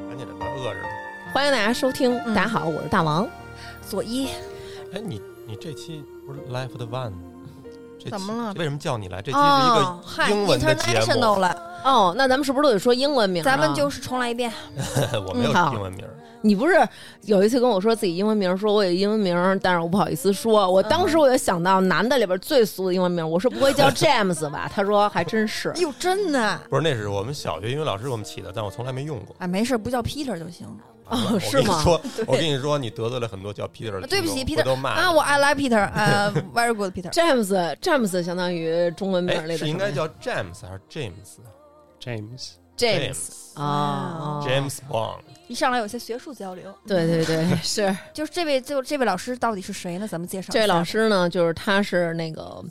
饿着呢。欢迎大家收听，嗯大家好，我是大王。左一，哎，你你这期不是 Life 的 One 吗？这期怎么了为什么叫你来？这期是哦，一嗨个英文的节，international 目，了，哦，那咱们是不是都得说英文名啊？咱们就是重来一遍。 我没有嗯好英文名儿。你不是有一次跟我说自己英文名，说我有英文名，但是我不好意思说。我当时我就想到男的里边最俗的英文名，我说不 会叫 James 吧？他说还真是。哟，真的，不是，那是我们小学英语老师给我们起的，但我从来没用过。哎，没事，不叫 Peter 就行啊哦 我是跟你吗说，我跟你说，你得罪了很多叫 Peter 的听众，对不起，Peter 都骂哎啊。你我 I like Peter，呃 ，very good Peter。 James James 相当于中文名里哎，的是应该叫 James 还是 James？James James， James 哦啊 James Bond，一上来有些学术交流，对对 对，是就是这位就这位老师到底是谁呢？咱们介绍一下这位老，师呢，就是他是那个，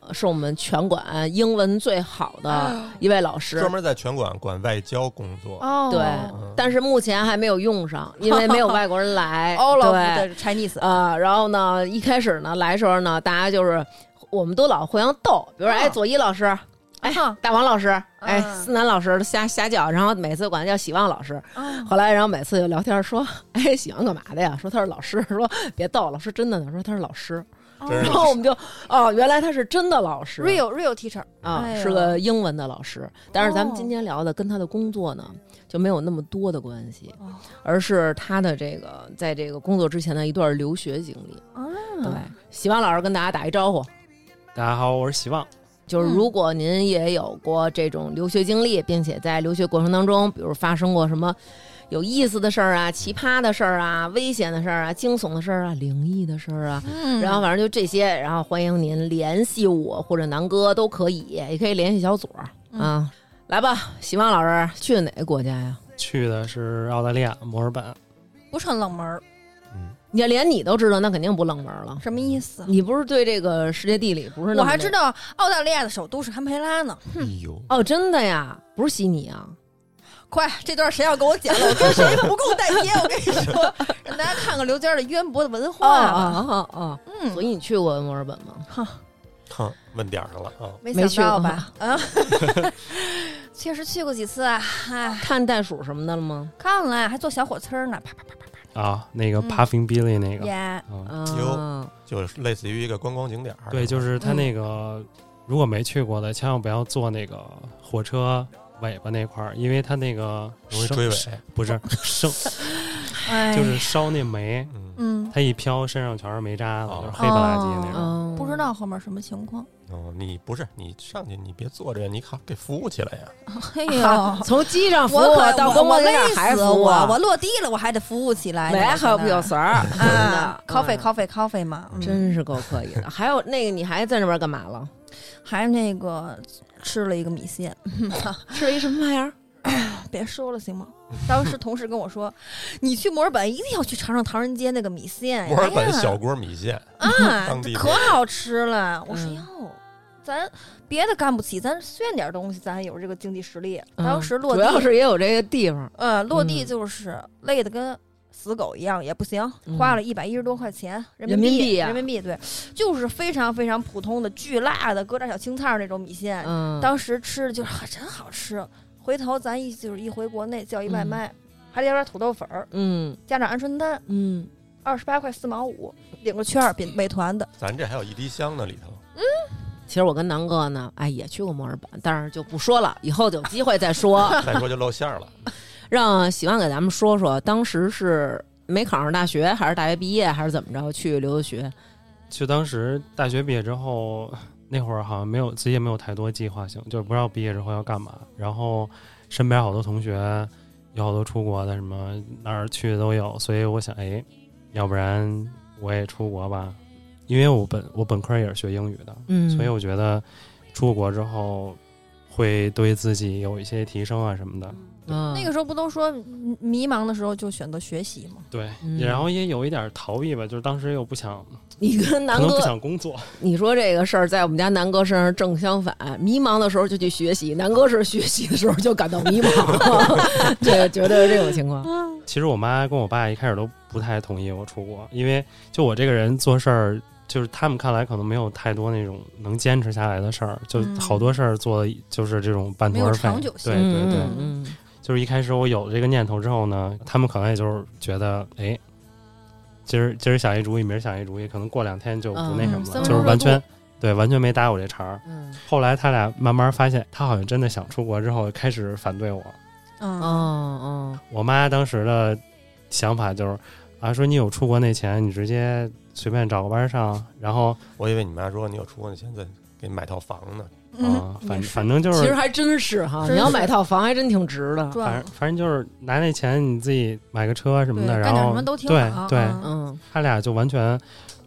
呃是我们拳馆英文最好的一位老师专，门在拳馆管外交工作。哦，对嗯，但是目前还没有用上，因为没有外国人 来。 ，all of 对， the Chinese，呃，然后呢，一开始呢来时候呢，大家就是我们都老互相逗，比如说嗯哎，左一老师。哎嗯，大王老师，哎，嗯思南老师瞎瞎叫，然后每次管他叫喜旺老师，啊后来然后每次就聊天说， 哎，喜旺干嘛的呀？说他是老师， 说别逗了，说真的呢，说他 是老师，真哦是啊然后我们就哦，原来他是真的老师，real real teacher，啊、哎呦是个英文的老师。但是咱们哦今天聊的跟他的工作呢，就没有那么多的关系，哦而是他的这个在这个工作之前的一段留学经历。哦嗯对，喜旺老师跟大家打一招呼。大家好，我是喜旺。就是如果您也有过这种留学经历，并且在留学过程当中，比如发生过什么有意思的事儿啊、奇葩的事儿啊、危险的事儿啊、惊悚的事儿啊、灵异的事儿啊，嗯然后反正就这些，然后欢迎您联系我或者南哥都可以，也可以联系小左儿、啊。来吧，喜旺老师去的哪个国家呀？去的是澳大利亚墨尔本，不是很冷门儿，嗯，你要连你都知道，那肯定不冷门了。什么意思？你不是对这个世界地理不是那么我还那知道澳大利亚的首都是堪培拉呢。哎呦，哦，真的呀，不是悉尼啊。快，这段谁要给我剪了，我跟谁不共戴天。我跟你说，让大家看看刘娟的渊博的文化吧。哦哦哦！所啊嗯，以你去过墨尔本吗？哼，问点儿上了啊！没没去想到过吧？啊， 确实去过几次啊，哎，看袋鼠什么的了吗？看了啊还坐小火车呢，啪啪啪啊，那个嗯 Puffing Billy 那个，耶！嗯，啊，就是类似于一个观光景点儿。对，就是是他那个，嗯如果没去过的，千万不要坐那个火车尾巴那块儿，因为他那个容易生追尾。不是生， 哎，就是烧那煤，嗯，嗯，它一飘身上全是煤渣子，哦就是黑不拉几那哦种。嗯，不知道后面什么情况。哦，你不是你上去，你别坐这，你好给服务起来呀。 哎 呦。从机上服我务啊可到我公我共景点累儿还死服务，啊我，我落地了我还得服务起来，没你知道好吗不有神 儿啊，coffee 嗯 coffee coffee 嘛，嗯真是够可以的。还有那个，你还在那边干嘛了？还那个吃了一个米线，吃了一什么玩意儿？别说了行吗？当时同事跟我说，你去墨尔本一定要去尝尝唐人街那个米线，墨尔哎本呀小锅米线，啊当地，的可好吃了。我说嗯哟，咱别的干不起，咱炫点东西，咱有这个经济实力。当时嗯落主要地，是也有这个地方，呃，落地嗯就是累得跟。死狗一样也不行，嗯花了一百一十多块钱人人民民币啊人民币对，就是非常非常普通的巨辣的，搁点小青菜儿那种米线，嗯，哎当时吃的就是啊真好吃。回头咱一就是一回国内叫一外卖，还得要点土豆粉儿，嗯加点鹌鹑蛋，嗯，二十八块四毛五，领个券儿，比美团的。咱这还有一滴香呢里头。其实我跟南哥呢，哎，也去过墨尔本，但是就不说了，以后有机会再 说。再说就露馅儿了。让喜欢给咱们说说，当时是没考上大学，还是大学毕业，还是怎么着去留的学？就当时大学毕业之后，那会儿好像没有自己也没有太多计划性，就是不知道毕业之后要干嘛。然后身边好多同学有好多出国的，什么哪儿去的都有，所以我想，哎，要不然我也出国吧，因为我本我本科也是学英语的，嗯所以我觉得出国之后会对自己有一些提升啊什么的。嗯那个时候不都说嗯迷茫的时候就选择学习吗？对，嗯然后也有一点逃避吧，就是当时又不想，你跟可南能不哥想工作，你说这个事儿，在我们家南哥身上正相反，迷茫的时候就去学习，南哥是学习的时候就感到迷 茫， 对，绝对是这种情况。其实我妈跟我爸一开始都不太同意我出国，因为就我这个人做事儿，就是他们看来可能没有太多那种能坚持下来的事儿，就嗯好多事儿做的就是这种半途没有而废长久。性对对对，嗯嗯就是一开始我有这个念头之后呢，他们可能也就是觉得，哎，今儿今儿想一主意，明儿想一主意，可能过两天就不那什嗯么三了，分就是钟热完度全对完全没搭我这茬儿。嗯，后来他俩慢慢发现，他好像真的想出国之后，开始反对我。哦嗯，哦，我妈当时的想法就是啊，说你有出国那钱，你直接随便找个班儿上，然后我以为你妈说你有出国，你现在给你买套房呢。嗯哦啊，反反正就其实是。还真是哈，真是你要买套房还真挺值的。赚反了正反正就是拿那钱你自己买个车啊什么的，对然干点后什么都挺对好对，嗯嗯他俩就完全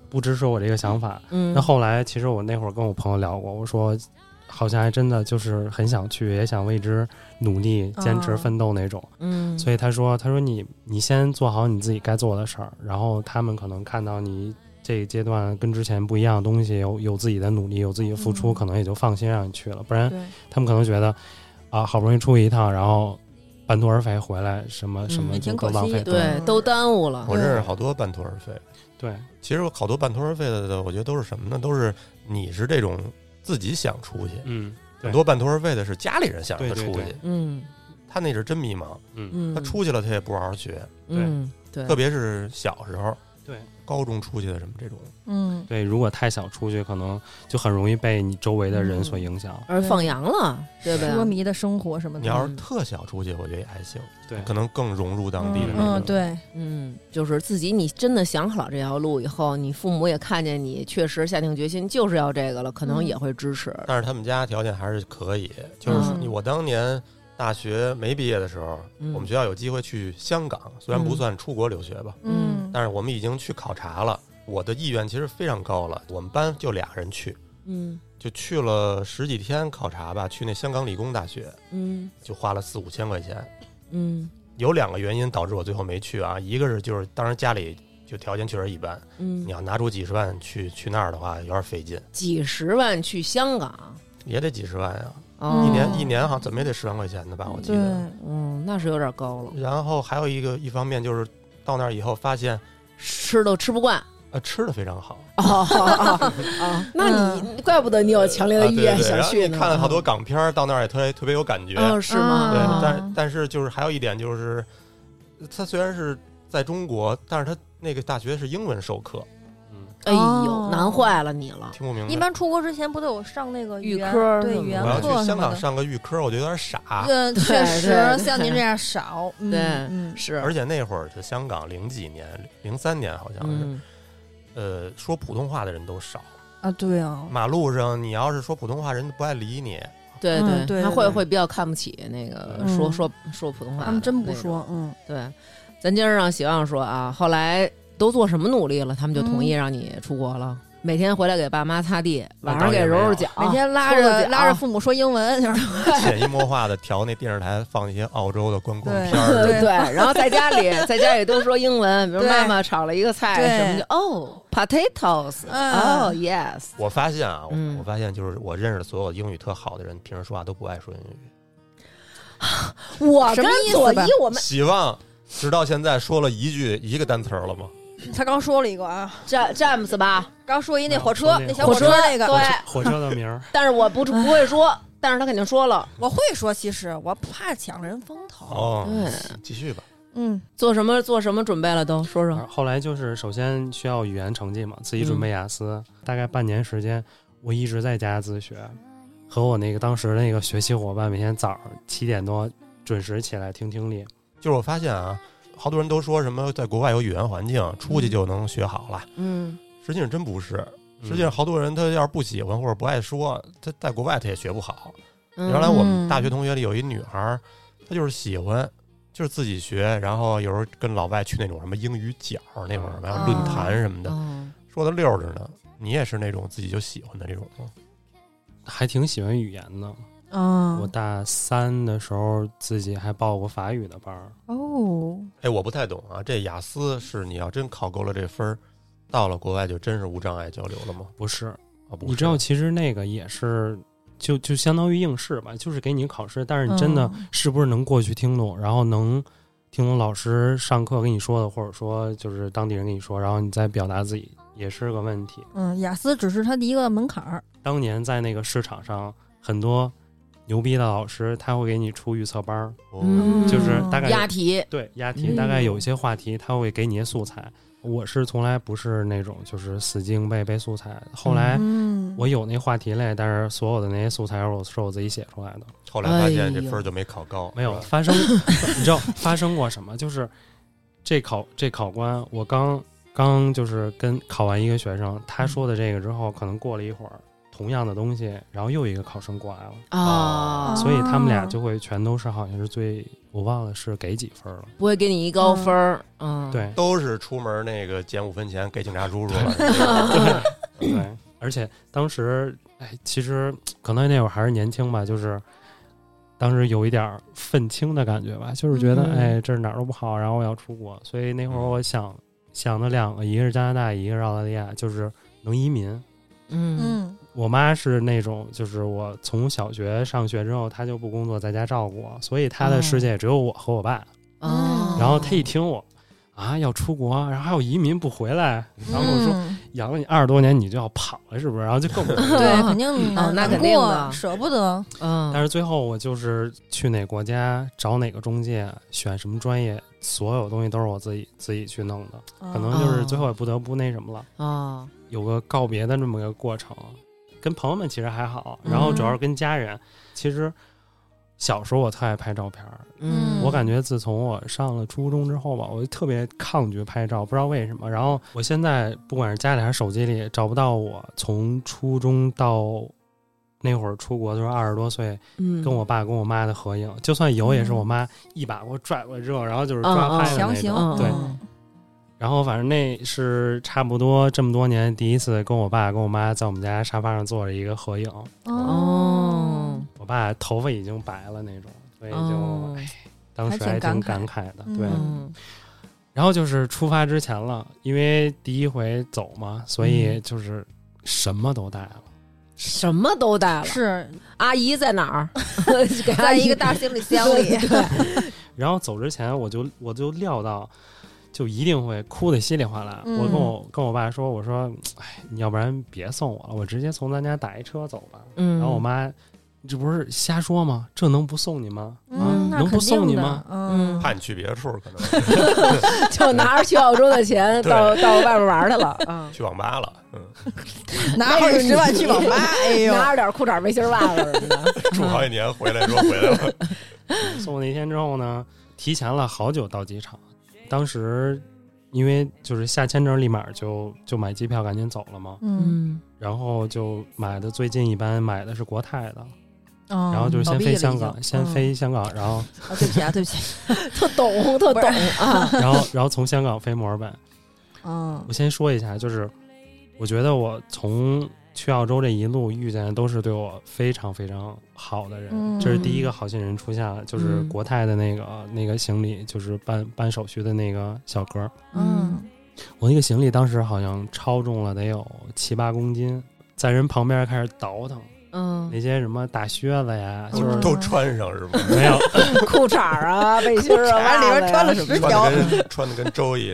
不支持我这个想法。嗯，那后来其实我那会儿跟我朋友聊过，我说好像还真的就是很想去，也想为之努力、坚持哦奋斗那种。嗯，所以他说：“他说你你先做好你自己该做的事儿，然后他们可能看到你这个阶段跟之前不一样的东西，有有自己的努力，有自己的付出，嗯可能也就放心让你去了。不然对，他们可能觉得啊，好不容易出去一趟，然后半途而废回来，什么什嗯么也挺都可浪惜费。的对都耽误了。我认识好多半途而废。对其实好多半途而废的，我觉得都是什么呢？都是你是这种自己想出去，嗯很多半途而废的是家里人想让他对对出去，对嗯他那是真迷茫。嗯，嗯，他出去了，他也不好好学，嗯对，特别是小时候，对高中出去的什么这种，嗯，对，如果太小出去，可能就很容易被你周围的嗯人所影响。而放羊了，对不对？奢靡的生活什么你的，要嗯是特小出去，我觉得也还行，对，可能更融入当地的那种。嗯，对，嗯，就是自己你真的想好了这条路以后，你父母也看见你确实下定决心就是要这个了，可能嗯也会支持。但是他们家条件还是可以，就是说嗯你我当年大学没毕业的时候，嗯我们学校有机会去香港，虽然不嗯算出国留学吧，嗯，但是我们已经去考察了。我的意愿其实非常高了，我们班就俩人去，嗯就去了十几天考察吧，去那香港理工大学，嗯就花了四五千块钱。嗯有两个原因导致我最后没去啊，一个是就是当时家里就条件确实一般，你嗯，要拿出几十万去去那儿的话，有点费劲，几十万去香港，也得几十万呀、哦一年一年好像怎么也得十万块钱的吧，我记对，得。嗯，那是有点高了，然后还有一个一方面就是到那儿以后发现，吃都吃 不惯。呃，吃的非常好， 哦哦哦，那你怪不得你有强烈的啊意对对愿对想然后去你呢。看了好多港片儿，到那儿也特别特别有感觉。嗯，是吗？对，啊但但是就是还有一点就是，它虽然是在中国，但是它那个大学是英文授课，嗯哎呦哦，难坏了你了。听不明白。一般出国之前不都有上那个预言科儿对什么语言我的要课去什香么港的。上个预科，我觉得有点傻。嗯，确实 对对像您这样少。嗯对嗯，是，而且那会儿是香港零几年，零三年好像是，嗯呃，说普通话的人都少。啊，对啊，嗯马路上你要是说普通话，人不爱理 你。对嗯对他对会对会比较看不起那个嗯说说说普通话，他们真不。说，嗯，对，咱今儿让喜旺说啊，后来都做什么努力了，他们就嗯同意让你出国了。每天回来给爸妈擦地，晚啊上给揉揉脚，每天拉搓搓着脚拉着父母说英文，就是 潜移默化的调那电视台放一些澳洲的观光对片儿，对， 然后在家里，在家里都说英文，比如对妈妈炒了一个菜对什么就哦，potatoes，嗯哦，yes，我发现啊，嗯我我发现就是我认识的所有英语特好的人，平时说话都不爱说英语。我什么意思吧我希望直到现在说了一句一个单词儿了吗？他刚说了一个啊，詹詹姆斯吧，刚说一那啊火说车那那小个火火车那个，嗯对，火车的名儿，但是我不不会说，但是他肯定说了，我会说，其实我怕抢人风头。哦嗯对，继续吧。嗯，做什么做什么准备了都说啊说，后来就是嗯首先需要语言成绩嘛，自己准备雅思，大概半年时间，我一直在家自学，和我那个当时那个学习伙伴每天早上七点多准时起来听听力，就是我发现啊，好多人都说什么在国外有语言环境，出去就能学好了，嗯实际上真不是。实嗯际上，好多人他要是不喜欢或者不爱说，他在国外他也学不好。嗯，原来我们嗯大学同学里有一女孩儿，她就是喜欢，就是自己学，然后有时候跟老外去那种什么英语角儿那会儿，哦然后论坛什么的，嗯说的溜着呢。你也是那种自己就喜欢的这种吗？还挺喜欢语言的。啊我大三的时候自己还报过法语的班儿，哦，哎，我不太懂啊，这雅思是你要真考够了这分儿，到了国外就真是无障碍交流了吗？不是，啊，不是，嗯你知道其实那个也是。就就相当于应试吧，就是给你考试，但是你真的嗯是不是能过去听懂，然后能听懂老师上课跟你说的，或者说就是当地人跟你说，然后你再表达自己，也是个问题。嗯嗯，雅思只是他的一个门槛儿。当年在那个市场上，很多牛逼的老师，他会给你出预测班儿，哦嗯，就是大概押题，对押题，嗯大概有一些话题他会给你一些素材。我是从来不是那种就是死记硬背背素材，后来嗯，我有那话题类，但是所有的那些素材我是我自己写出来的。后来发现这哎呦分儿就没考高，没有是吧发生，你知道发生过什么？就是这考这考官，我刚刚就是跟考完一个学生，他说的这个之后，可能过了一会儿，同样的东西，然后又一个考生过来了，啊，所以他们俩哦就会全都是好像是最我忘了是给几分了，不会给你一高分儿，嗯，，对都是出门那个捡五分钱给警察叔叔 了，对对，而且当时哎，其实可能那会儿还是年轻吧，就是。当时有一点儿愤青的感觉吧，就是觉得、嗯哎，这儿哪儿都不好，然后我要出国，所以那会儿我想想的两个，一个是加拿大，一个是澳大利亚，就是能移民。 嗯嗯我妈是那种，就是我从小学上学之后，她就不工作，在家照顾我，所以她的世界只有我和我爸。嗯哦嗯然后她一听我啊要出国，然后还有移民不回来，然后我说、嗯养了你二十多年，你就要跑了是不是？然后就更不对，肯定哦难那嗯难肯定过的舍不得，嗯，但是最后我就是去哪国家找哪个中介，选什么专业，所有东西都是我自己自己去弄的，哦可能嗯就是最后也不得不那什么了。哦，有个告别的这么个过程，跟朋友们其实还好，然后主要是跟家人。其实小时候我特爱拍照片儿，嗯，我感觉自从我上了初中之后吧，我就特别抗拒拍照，不知道为什么。然后我现在不管是家里还是手机里，找不到我从初中到那会儿出国的时候二十多岁嗯跟我爸跟我妈的合影，就算有也是我妈一把给我拽过来之后，然后就是抓嗯嗯拍的强那行种。嗯对嗯然后反正那是差不多这么多年第一次跟我爸跟我妈在我们家沙发上坐着一个合影。哦，我爸头发已经白了那种，所以就哦哎当时还还挺挺感感慨的。嗯对，嗯然后就是出发之前了，因为第一回走嘛，所嗯以就是什么都带了。什么都带了，是阿姨在哪 儿？给阿在姨一个大行李箱里，对，然后走之前，我就我就料到，就一定会哭得稀里哗啦。嗯我跟我跟我爸说，我说，哎，你要不然别送我了，我直接从咱家打一车走吧。 嗯，然后我妈，你这不是瞎说吗？这能不送你吗？啊嗯，，那能不肯定送你的吗？？嗯怕你去别处，可能就拿着去澳洲的钱对到到外面玩去了 啊。去网吧了， 嗯，拿那着是十万你去 网吧，哎呦，拿着点裤衩背心袜子什么 的，住好几年回来说回来了，送那天之后呢，提前了好久到机场，当时因为就是下签证，立马就就买机票赶紧走了嘛。嗯，嗯，然后就买的最近一班买的是国泰的，然然后就哦嗯倒先闭飞了香已经港，先嗯飞香港，然后啊，对不起啊， 对不起，特懂特懂啊，然后然后从香港飞墨尔本。嗯 我先说一下，就是我觉得我从去澳洲这一路遇见的都是对我非常非常好的人，嗯这是第一个好心人出现了，就是嗯国泰的那个、那个行李，就是办办手续的那个小哥儿。嗯嗯，我那个行李当时好像超重了，得有七八公斤，在人旁边开始倒腾嗯，那些什么大靴子呀，就是哦嗯都穿上是 吧？没有，裤衩啊，背心啊，袜完里子呀边穿了十条穿，的跟穿的跟周 易，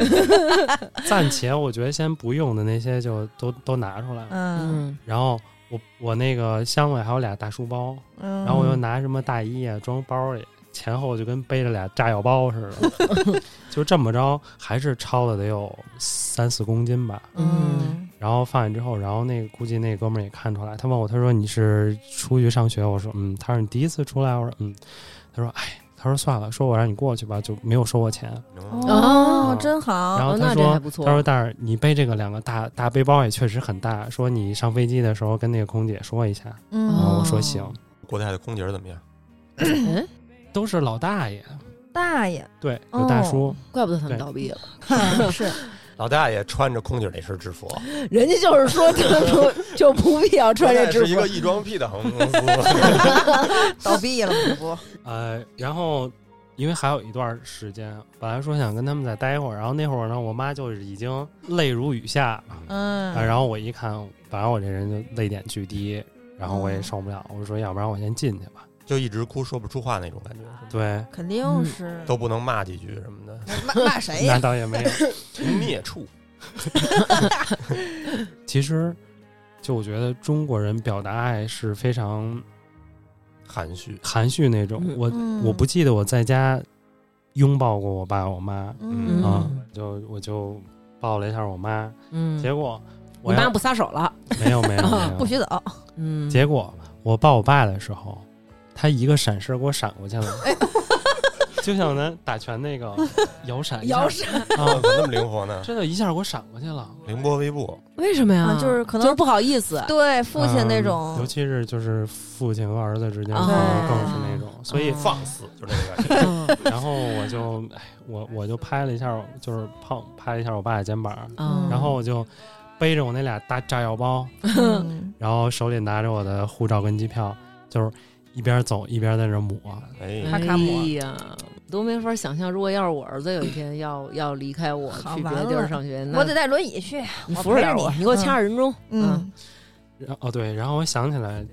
暂且我觉得先不用的那些就都都拿出来了，嗯嗯然后。我我那个箱子里还有俩大书包，嗯，然后我又拿什么大衣啊装包里，前后就跟背着俩炸药包似的， 就这么着，还是超了得有三四公斤吧。嗯嗯，然后放下之后，然后那个估计那哥们儿也看出来，他问我，他说你是出去上学？我说嗯。他说你第一次出来？我说嗯。他说哎，他说算了，说我让你过去吧，就没有收我钱。嗯哦啊，真好，然后哦他那这说还不错他说但是你背这个两个大大背包也确实很大，说你上飞机的时候跟那个空姐说一下。然嗯，后我说行，哦国泰的空姐儿怎么样？哎，都是老大爷，大 爷，对，有大哦叔。怪不得他们对倒闭了， 是，老大爷穿着空姐儿那身制服，人家就是 说他不就不必要穿这国泰制是一服 个，异装癖的航空公司，倒闭了不呃，然后因为还有一段时间，本来说想跟他们再待一会儿，然后那会儿呢，我妈就是已经泪如雨下， 嗯啊，然后我一看，反正我这人就泪点巨低，然后我也受不了，我就说要不然我先进去吧。就一直哭说不出话那种嗯感觉，对，肯定嗯是都不能骂几句什 么的，骂骂谁那呀？倒也 没有。孽畜。其实，就我觉得中国人表达爱是非常含蓄，含蓄那种嗯。我我不记得我在家拥抱过我爸我妈嗯嗯啊，就我就抱了一下我妈，嗯，结果我你妈要不撒手了，没有没有没有不许走，嗯，结果我抱我爸的时候，他一个闪身给我闪过去了，就像咱打拳那个摇闪，摇闪怎啊，哦么那么灵活呢？ 真的，一下给我闪过去了。凌波微步，为什么呀啊？就是可能就是不好意思，对父亲那嗯尤种，其是就是父亲和儿子之间，啊可能更是那种，所以啊放肆，就那个感觉。嗯然后我就，哎，我我就拍了一下，就是碰拍了一下我爸的肩膀，啊然后我就背着我那俩大炸药包，嗯然后手里拿着我的护照跟机票，就是一边走一边在那抹。哎他，卡姆哎呀，都没法想象，如果要是我儿子有一天要要离开我好去别完的地儿了上学，那嗯我得带轮椅去，你我扶着陪点着我，你你给我掐着人中，嗯然后哦对，然后我想起来，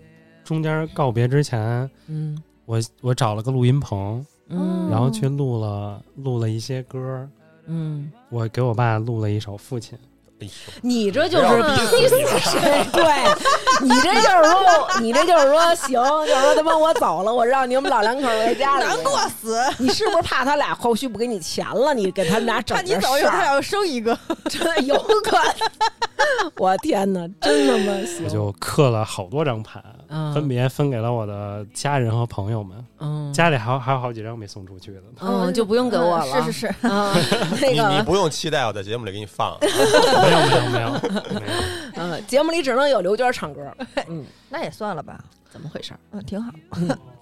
中间告别之前，嗯我我找了个录音棚，嗯，然后去录了录了一些歌，嗯，我给我爸录了一首《父亲》。哎呦你这就不要是逼死你啊了对，你这就是说，你这就是说行，就是说他妈我走了，我让你们老两口回家里。难过死，你是不是怕他俩后续不给你钱了？嗯你给他们俩整怕个你走以事后儿他俩又生一个，真的有可能。 我天哪，真他妈行！我就刻了好多张盘，嗯分别分给了我的家人和朋友们。嗯家里还有还有好几张没送出去的呢。 嗯，就不用给我了。是是是，是啊，那 你你个不用期待我在节目里给你放，啊没有没有没有没有，嗯，节目里只能有刘娟唱歌。嗯， 那也算了吧，怎么回事？嗯，挺好，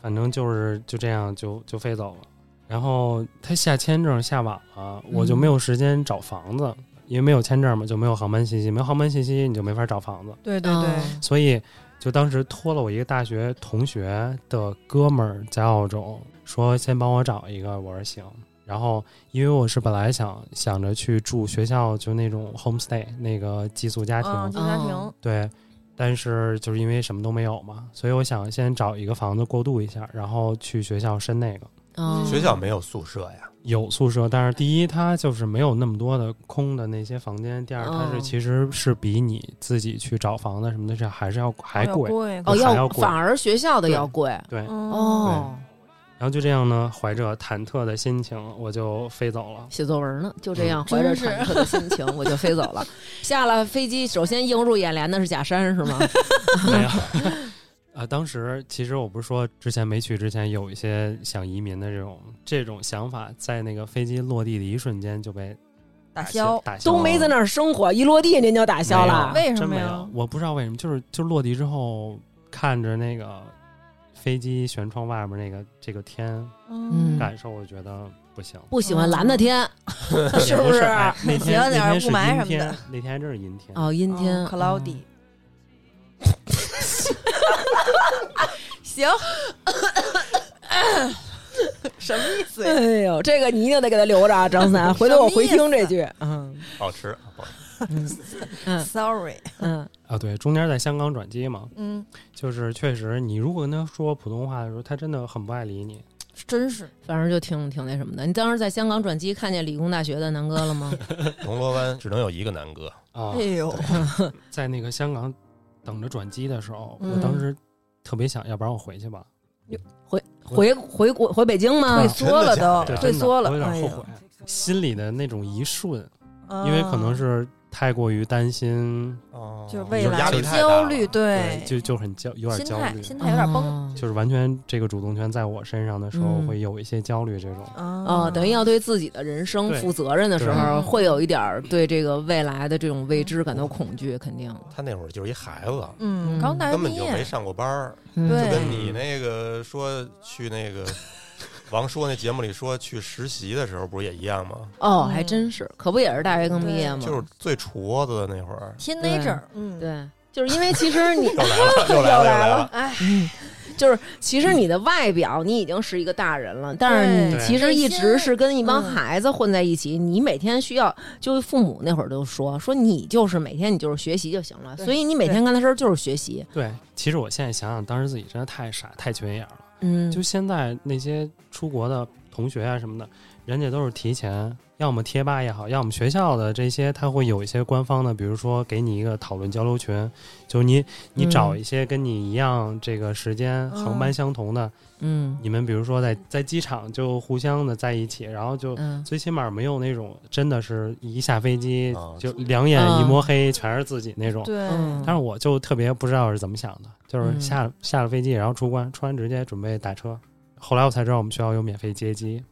反正就是就这样就就飞走了。然后他下签证下晚了，我就没有时间找房子，因为没有签证嘛，就没有航班信息，没有航班信息你就没法找房子，对嗯所以就当时托了我一个大学同学的哥们儿在澳洲，说先帮我找一个，我说行。然后因为我是本来想想着去住学校，就那种 homestay 那个寄宿家庭，嗯，就家庭，对，但是就是因为什么都没有嘛，所以我想先找一个房子过渡一下，然后去学校申那个。嗯学校没有宿舍呀，有宿舍，但是第一，它就是没有那么多的空的那些房间；第二，它哦是其实是比你自己去找房子什么的，是还是要还要贵。贵哦，还要贵反而学校的要贵对，哦，哦。然后就这样呢，怀着忐忑的心情，我就飞 走了。写作文呢，就这样怀嗯着真忐是忑的心情，我就飞走了。 下了飞机，首先映入眼帘的是假山，是吗？ 没有。 啊，当时其实我不是说之前没去之前有一些想移民的这种这种想法，在那个飞机落地的一瞬间就被打消，打消都了，没在那儿生活，一落地您就打消了。为什真么没呀有，我不知道为什么，就是就落地之后看着那个飞机舷窗外面那个这个天，嗯感受我觉得不行，不喜欢蓝的天，是也不不 是？哎那喜天欢点那儿天是雾霾阴什么天的，那天还真是阴天。哦，阴天嗯 cloudy。行， 什么意思呀？哎呦，这个你一定得给他留着啊，张三，回头我回听这句。嗯好吃，好吃嗯 Sorry，嗯啊，对，中间在香港转机嘛，嗯，就是确实你如果跟他说普通话的时候，他真的很不爱理你。真是反正就挺挺那什么的。你当时在香港转机看见理工大学的南哥了吗？铜锣湾只能有一个南哥，啊哎，呦，在那个香港等着转机的时候，嗯我当时特别想，要不然我回去吧，回回国回北京吗退？缩了真都，的假的退缩了，我有哎点呦后悔，，心里的那种一瞬，啊因为可能是太过于担心，哦就是未来压力太大了焦虑，，对，就就很焦，有点心焦虑态，心态有点崩。哦就是完全这个主动权在我身上的时候嗯，会有一些焦虑。这种哦，哦等于要对自己的人生对负责任的时候，对会有一点儿对这个未来的这种未知感到恐惧，肯定。他那会儿就是一孩子，嗯，嗯刚大学根毕本就没业，上过班儿，对就跟你那个说去那个王说那节目里说去实习的时候，不是也一样吗？哦，嗯还真是，可不也是大学刚毕业吗？就是最矬子的那会儿，天 a 证，嗯，对，就是因为其实 你又来了，又来了，又来了，哎，就是其实你的外表你已经是一个大人了，但是你对其实一直是跟一帮嗯孩子混在一起，你每天需要就是父母那会儿都说说你就是每天你就是学习就行了，对所以你每天干的事儿就是学习，对，其实我现在想想，当时自己真的太傻，太缺心眼儿了。嗯，就现在那些出国的同学啊什么的，人家都是提前，要么贴吧也好，要么学校的这些，他会有一些官方的，比如说给你一个讨论交流群，就是你你嗯找一些跟你一样这个时间哦航班相同的，嗯你们比如说在在机场就互相的在一起，然后就。嗯，最起码没有那种真的是一下飞机啊就两眼一摸黑全是自己那种，对嗯但是我就特别不知道是怎么想的，就是嗯下了、下了飞机，然后出关，出关直接准备打车。后来我才知道我们学校有免费接机，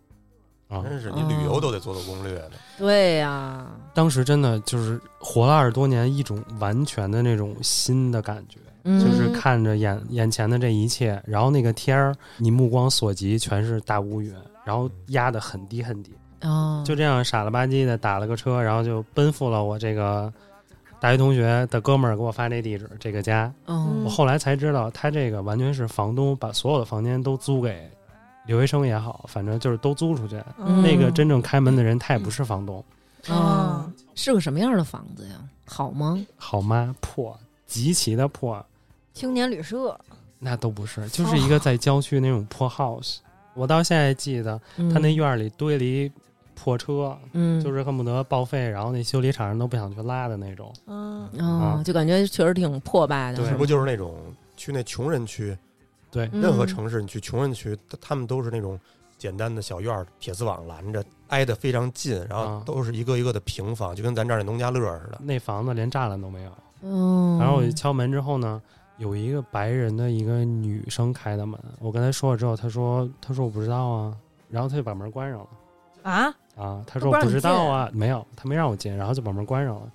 啊、真是你旅游都得做做攻略呢。对呀、当时真的就是活了二十多年，一种完全的那种新的感觉，嗯就是看着眼眼前的这一切，然后那个天儿，你目光所及全是大乌云，然后压得很低很低，哦，就这样傻了吧唧的打了个车，然后就奔赴了我这个大学同学的哥们儿给我发这地址，这个家，嗯我后来才知道，他这个完全是房东把所有的房间都租给留学生也好，反正就是都租出去。嗯那个真正开门的人，他也不是房东，哦，是个什么样的房子呀？好吗？好吗？破，极其的破，青年旅社，那都不是，哦就是一个在郊区那种破 house。我到现在记得，嗯他那院儿里堆了一破车，嗯就是恨不得报废，然后那修理厂人都不想去拉的那种。嗯，哦啊，就感觉确实挺破败的，对是不吧是就是那种去那穷人区，对，嗯任何城市你去穷人区，他他们都是那种简单的小院儿，铁丝网拦着，挨得非常近，然后啊都是一个一个的平房，就跟咱这儿那农家乐似的。那房子连栅栏都没有。嗯，然后我就敲门之后呢，有一个白人的一个女生开的门，我跟她说了之后，她说她说我不知道啊，然后她就把门关上了啊，啊，都她不说我让不你知进道啊，没有，她没让我进，然后就把门关上了。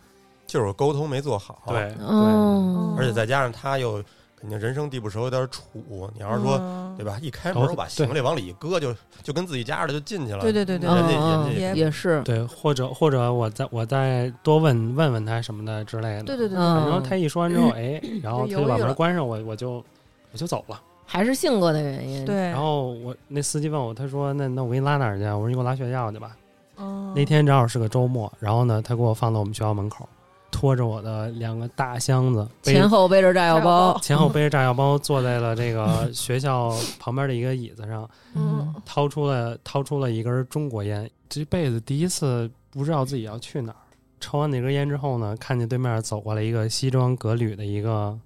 就是沟通没做好，，对，哦，而且再加上他又肯定人生地不熟，有点杵。你要是说嗯对吧，一开门哦我把对行李往里一搁，就就跟自己家似的就进去了。对对对对人家嗯人家嗯也也是，对，或者或者我再我再多问问问她什么的之类的。对对对对，然后嗯，她一说完之后，哎，然后她犹就把豫门了关上，我我就我就走了。还是性格的原因，，对，然后我那司机问我，他说那那我给你拉哪儿去啊？我说你给我拉学校去吧。嗯那天正好是个周末，然后呢，他给我放到我们学校门口，拖着我的两个大箱子，背前后背着炸药炸药包包，前后背着炸药包，坐在了这个学校旁边的一个椅子上，嗯嗯掏出了掏出了一根中国烟，这辈子第一次不知道自己要去哪儿。抽完那根烟之后呢，看见对面走过来一个西装革履的一个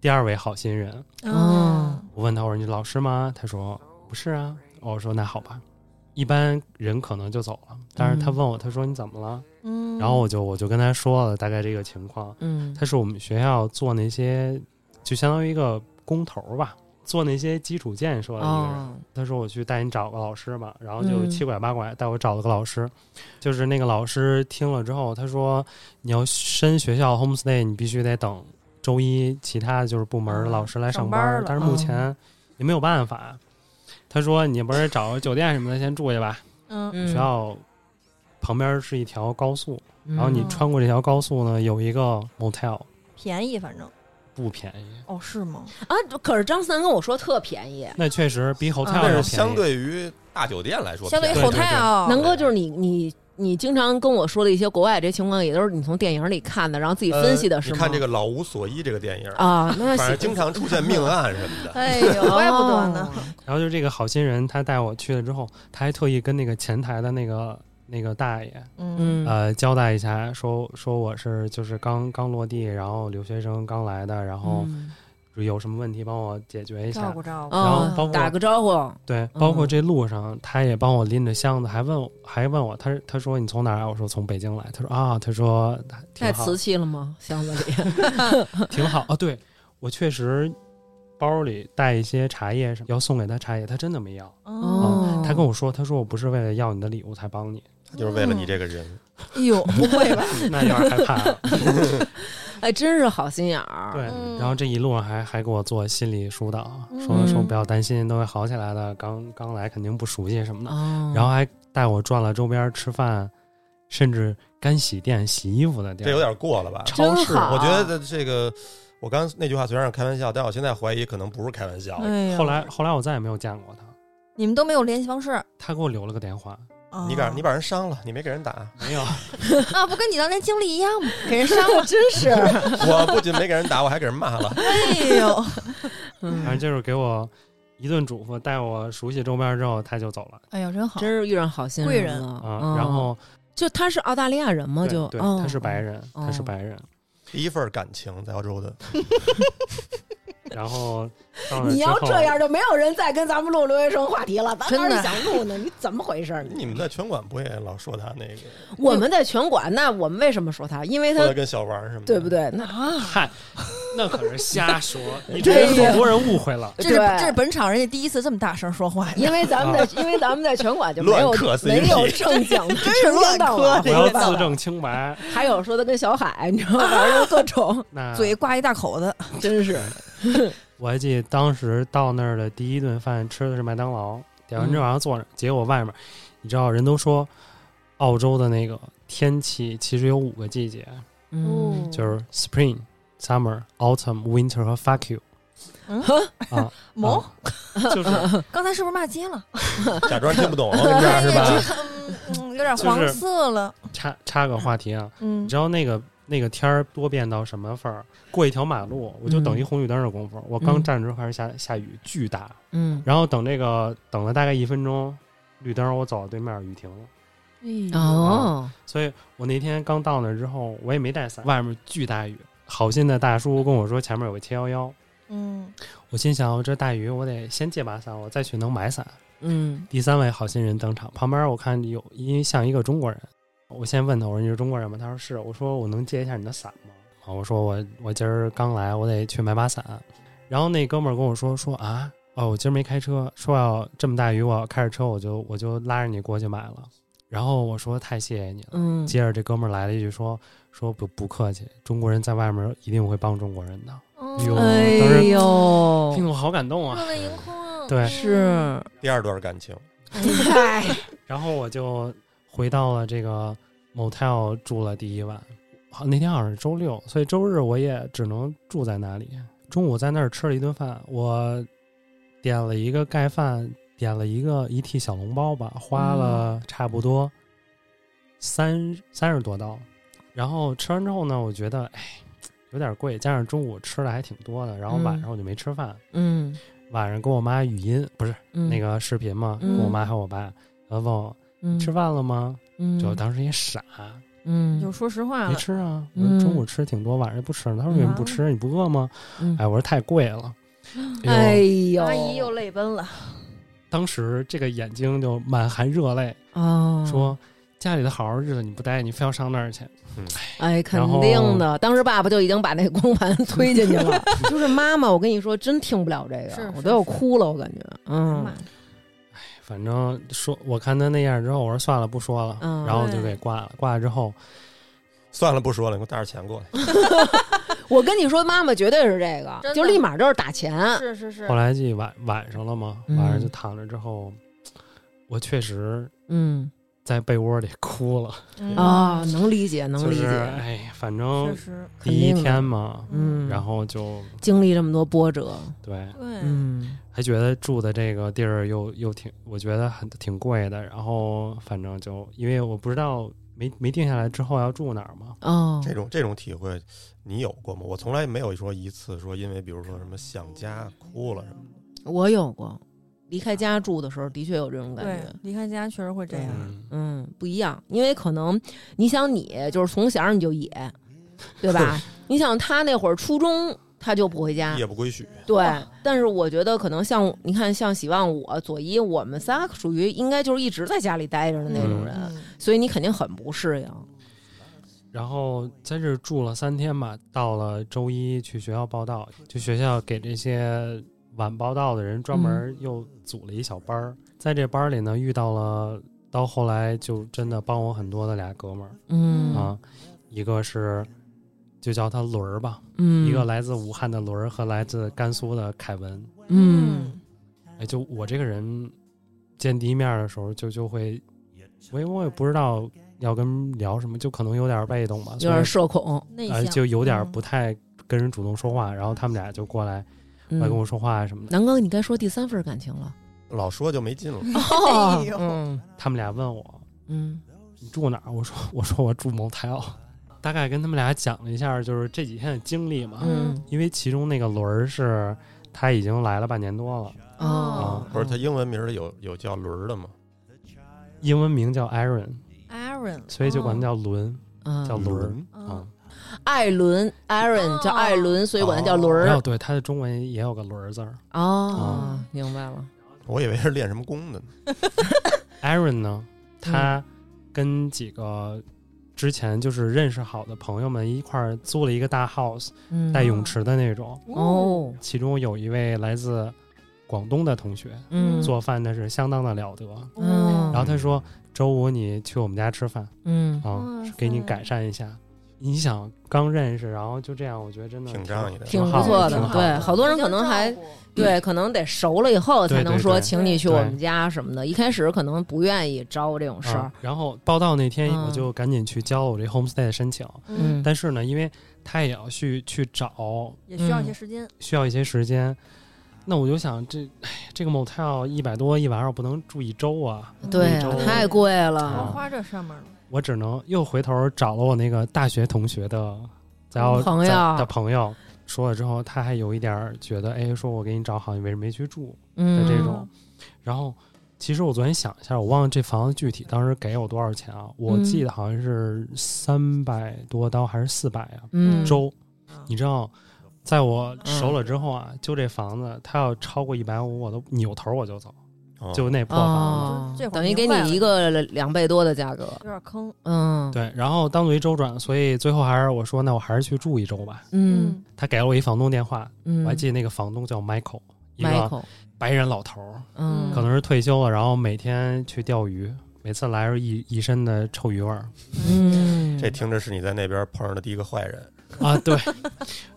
第二位好心人，嗯我问他我说你老师吗？他说不是啊。哦我说那好吧，一般人可能就走了，但是他嗯问我，他说你怎么了？嗯，然后我就我就跟他说了大概这个情况。嗯，他是我们学校做那些，就相当于一个工头儿吧，做那些基础建设的一个人。哦，他说我去带你找个老师吧，然后就嗯七拐八拐带我找了个老师，就是那个老师听了之后，他说你要申学校 homestay，你必须得等周一其他就是部门的老师来上班儿，上班了但是目嗯前也没有办法。他说你不是找个酒店什么的先住去吧，嗯，学校旁边是一条高速，嗯，然后你嗯穿过这条高速呢，有一个 motel，便宜反正，不便宜，哦是吗？啊，可是张三跟我说特便宜，那确实比 hotel 要但便宜。是相对于大酒店来说相便宜，当于后对对对太啊，南哥就是你你。你经常跟我说的一些国外这些情况，也都是你从电影里看的，然后自己分析的呃是你吗？看这个《老无所依》这个电影，啊，那反行正经常出现命案什么 的。哎呦，怪不得呢，哦然后就这个好心人，他带我去了之后，他还特意跟那个前台的那个那个大爷，嗯嗯呃，交代一下，说说我是就是刚刚落地，然后留学生刚来的，然后嗯有什么问题帮我解决一照下。顾照顾，然后哦包括打个招呼，对，包括嗯这路上，他也帮我拎着箱子，还问我还问我，他他说你从哪儿啊？我说从北京来。他说啊，他说太挺 好瓷，器了吗？箱子里，挺好啊。对我确实包里带一些茶叶什么，要送给他茶叶，他真的没要。哦嗯他跟我说，他说我不是为了要你的礼物才帮你，就是为了你这个人，哎呦，不会吧？那有点害怕了。哎，真是好心眼儿。 对，嗯然后这一路上还还给我做心理疏导，说嗯说不要担心，都会好起来的。刚刚来肯定不熟悉什么的，哦，然后还带我转了周边吃饭，甚至干洗店洗衣服的地儿，这有点过了吧？超真市。好我觉得这个，我刚那句话虽然是开玩笑，但我现在怀疑可能不是开玩嗯笑。哎呦后来后来我再也没有见过他，你们都没有联系方式，他给我留了个电话，啊你把你把人伤了，你没给人打，没有， 啊，不跟你当年经历一样吗？给人伤 了，真是，我不仅没给人打，我还给人骂了。哎呦，嗯反正就是给我一顿嘱咐，带我熟悉周边之后，他就走了。哎呀，真好真是遇上好心贵人人了啊、嗯然后就他是澳大利亚人吗？对就对，哦他是白人，哦他是白人。第一份感情在澳洲的，然后到那你之要后这样，就没有人再跟咱们录留学生话题了。咱真哪的儿想录呢？你怎么回事儿？你们在拳馆不也老说他那个，我们在拳馆，那我们为什么说他？因为说他他跟小王什么的，对不？对？那啊，嗨，那可是瞎说，你对这被好多人误会了。这是对这是本场人家第一次这么大声说话，因为咱们啊在，因为咱们在拳馆就没有乱磕 CP 没有正经 的，真是乱磕我要自证清白，还有说他跟小海，你知道吗？反正各 种，那嘴挂一大口子，啊真是我还记得当时到那儿的第一顿饭吃的是麦当劳，点完之后往上坐着，结果外面，你知道人都说澳洲的那个天气其实有五个季节，哦嗯，就是 spring、summer、autumn、winter 和 fuck you 萌，啊，就是刚才是不是骂街了？ 哎假装听不 懂跟这样是吧？嗯，有点黄色了，插插个话题啊，嗯你知，道那个那个天儿多变到什么份儿？过一条马路，我就等一红绿灯的功夫，我刚嗯站着开始下下雨，巨大，嗯然后等这个等了大概一分钟，绿灯我走到对面雨停了。哎哦，所以我那天刚到那儿之后，我也没带伞，外面巨大雨。好心的大叔跟我说前面有个七幺幺，嗯，我心想这大雨我得先借把伞，我再去能买伞。嗯第三位好心人登场，旁边我看有一像一个中国人，我先问他我说你是中国人吗？他说是，我说我能借一下你的伞吗？啊，我说我我今儿刚来，我得去买把伞。然后那哥们儿跟我说说啊哦，我今儿没开车，说要这么大雨我要开着车我就我就拉着你过去买了。然后我说太谢谢你了。嗯，接着这哥们儿来了一句说说不不客气，中国人在外面一定会帮中国人的。呦哎当时听呦，得我好感动啊！哦热泪盈眶，哎对是第二段感情， 嗨，然后我就回到了这个 motel 住了第一晚，好那天好像是周六，所以周日我也只能住在那里。中午在那儿吃了一顿饭，我点了一个盖饭，点了一个一屉小笼包吧，花嗯了差不多三三十多刀。然后吃完之后呢，我觉得哎有点贵，加上中午吃的还挺多的，然后晚上我就没吃饭。嗯晚上跟我妈语音不是嗯那个视频嘛，嗯跟我妈还有我爸，然后问我吃饭了吗？嗯就当时也傻，嗯就说实话没了，吃啊。我嗯说中午吃挺多，晚上不吃了。他说为什么不吃？你不饿吗？嗯哎，我说太贵了。哎呦，呦，阿姨又泪奔了，当时这个眼睛就满含热泪，啊说家里的好好日子你不待，你非要上那儿去。哎，肯然后定的。当时爸爸就已经把那光盘推进去 了，就是妈妈，我跟你说，真听不了这个，是是我都要哭了，我感觉，嗯妈，反正说我看他那样之后，我说算了，不说了，嗯然后我就给挂了。挂了之后，算了，不说了，你给我带着钱过来。我跟你说，妈妈绝对是这个，真的就立马就是打钱，是是是后，来这晚晚上了嘛，嗯晚上就躺着之后，我确实嗯在被窝里哭了，嗯啊，，能理解，能就理是解，哎，反确正实，第一肯定的天嘛，嗯，然后就经历这么多波折，对，对，嗯还觉得住的这个地儿又又挺，我觉得很挺贵的。然后反正就因为我不知道没没定下来之后要住哪儿嘛，哦，这种这种体会，你有过吗？我从来没有说一次说因为比如说什么想家哭了什么的。我有过，离开家住的时候，的确有这种感对觉，，离开家确实会这样，嗯，嗯，不一样，因为可能你想你就是从小你就野，对吧？你想他那会儿初中他就不回家，夜不归宿，对，但是我觉得可能像你看，像喜旺我、左一，我们仨属于应该就是一直在家里待着的那种人，嗯所以你肯定很不适应。然后在这儿住了三天吧，到了周一去学校报道，就学校给这些晚报道的人专门又组了一小班儿，在这班儿里呢遇到了，到后来就真的帮我很多的俩哥们儿、嗯啊，一个是就叫他轮儿吧，嗯，一个来自武汉的轮儿和来自甘肃的凯文。嗯，哎，就我这个人见第一面的时候就，就会，我因为我也不知道要跟聊什么，就可能有点被动吧，有点社恐，内哎，向，就有点嗯不太跟人主动说话。然后他们俩就过来嗯来跟我说话什么的。南哥，你该说第三份感情了。老说就没劲了。哎呦嗯他们俩问我嗯你住哪儿，我说我说我住某台 l 大概跟他们俩讲了一下，就是这几天的经历嘛。嗯因为其中那个轮儿是他已经来了半年多了，啊哦不是他英文名儿有有叫轮儿的吗？英文名叫 Aaron， Aaron，所以就管哦他叫伦，叫嗯，轮儿。嗯啊，艾伦 Aaron 叫艾伦，所以管他叫轮然后儿。对他的中文也有个“轮”字儿。哦，明白了。我以为是练什么功的呢。 Aaron 呢，嗯他跟几个之前就是认识好的朋友们一块儿租了一个大 house，嗯带泳池的那种。哦，其中有一位来自广东的同学，嗯，做饭那是相当的了得。嗯然啊后他说：“周五你去我们家吃饭嗯啊哇塞，给你改善一下。”你想刚认识，然后就这样，我觉得真 的挺仗义的挺好不错挺的，好对，的好多人可能还对，可能得熟了以后才对能对说对请你去对我们家什么的，一开始可能不愿意招这种事儿啊。然后报道那天，嗯我就赶紧去交我这 homestay 的申请。嗯，但是呢，因为他也要去去找，也需嗯要一些时间，需要一些时间。那我就想，这哎这个 motel 一百多一晚上，我不能住一周哦啊，对那啊，种太贵啊要了，花这上面了。我只能又回头找了我那个大学同学的，然后朋友在的朋友说了之后，他还有一点儿觉得，哎，说我给你找好，你为什么没去住的嗯，这种。然后，其实我昨天想一下，我忘了这房子具体当时给我多少钱啊？我嗯记得好像是三百多刀还是四百啊？嗯，周，啊你知道，在我熟了之后啊，就这房子，它要超过一百五，我都扭头我就走，哦就那破房子。哦就这，会儿等于给明白了你一个两倍多的价格，有点坑，嗯，，对，然后当做一周转，所以最后还是我说，那我还是去住一周吧。嗯他给了我一房东电话，嗯，我还记得那个房东叫 Michael，一个 Michael，白人老头儿，嗯，可能是退休了，然后每天去钓鱼，每次来是一一身的臭鱼 味儿嗯，这听着是你在那边碰上的第一个坏人，啊。对，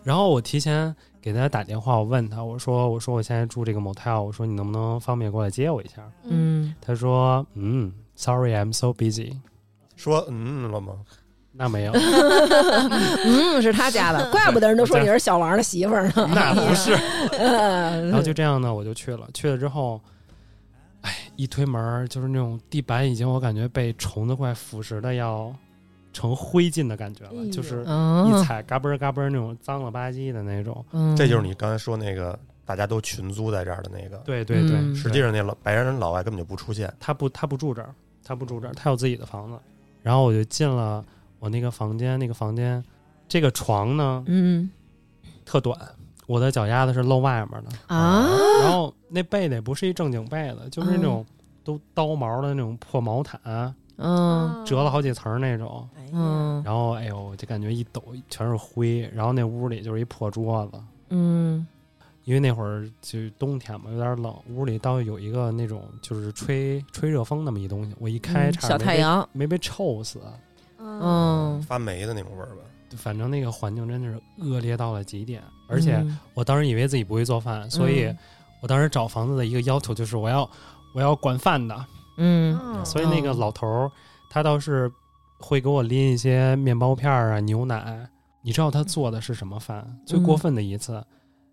然后我提前给他打电话，我问他，我说我说我现在住这个 motel，我说你能不能方便过来接我一下？嗯，他说嗯，sorry，I'm so busy。说嗯了吗？那 没有，嗯，是他家 的，怪不得人都说你是小王的媳妇儿呢。嗯那啊 不是。然然后就这样呢，我就去了。去了之后，哎，一推门儿就是那种地板已经我感觉被虫子快腐蚀的要成灰烬的感觉了，就是哎一嗯，踩嘎嘣儿嘎嘣儿那种脏了吧唧的那种。嗯这就是你刚才说那个大家都群租在这儿的那个，对对对，嗯实际上那老白人老外根本就不出现。他不他不住这儿，他不住这儿，他有自己的房子。然后我就进了我那个房间，那个房间这个床呢嗯特短，我的脚丫子是露外面的，啊，然后那被子也不是一正经被子，就是那种都刀毛的那种破毛毯。嗯折了好几层儿那种。嗯然后哎呦，就感觉一抖全是灰，然后那屋里就是一破桌子，嗯因为那会儿就是冬天嘛，有点冷，屋里倒有一个那种就是吹吹热风那么一东西，我一开嗯差小点没太被阳，没被臭死，嗯嗯，发霉的那种味儿吧，反正那个环境真的是恶劣到了极点，而且嗯我当时以为自己不会做饭，所以嗯我当时找房子的一个要求就是我要我要管饭的，嗯嗯，啊所以那个哦老头儿他倒是会给我拎一些面包片儿啊、牛奶。你知道他做的是什么饭？最过分的一次，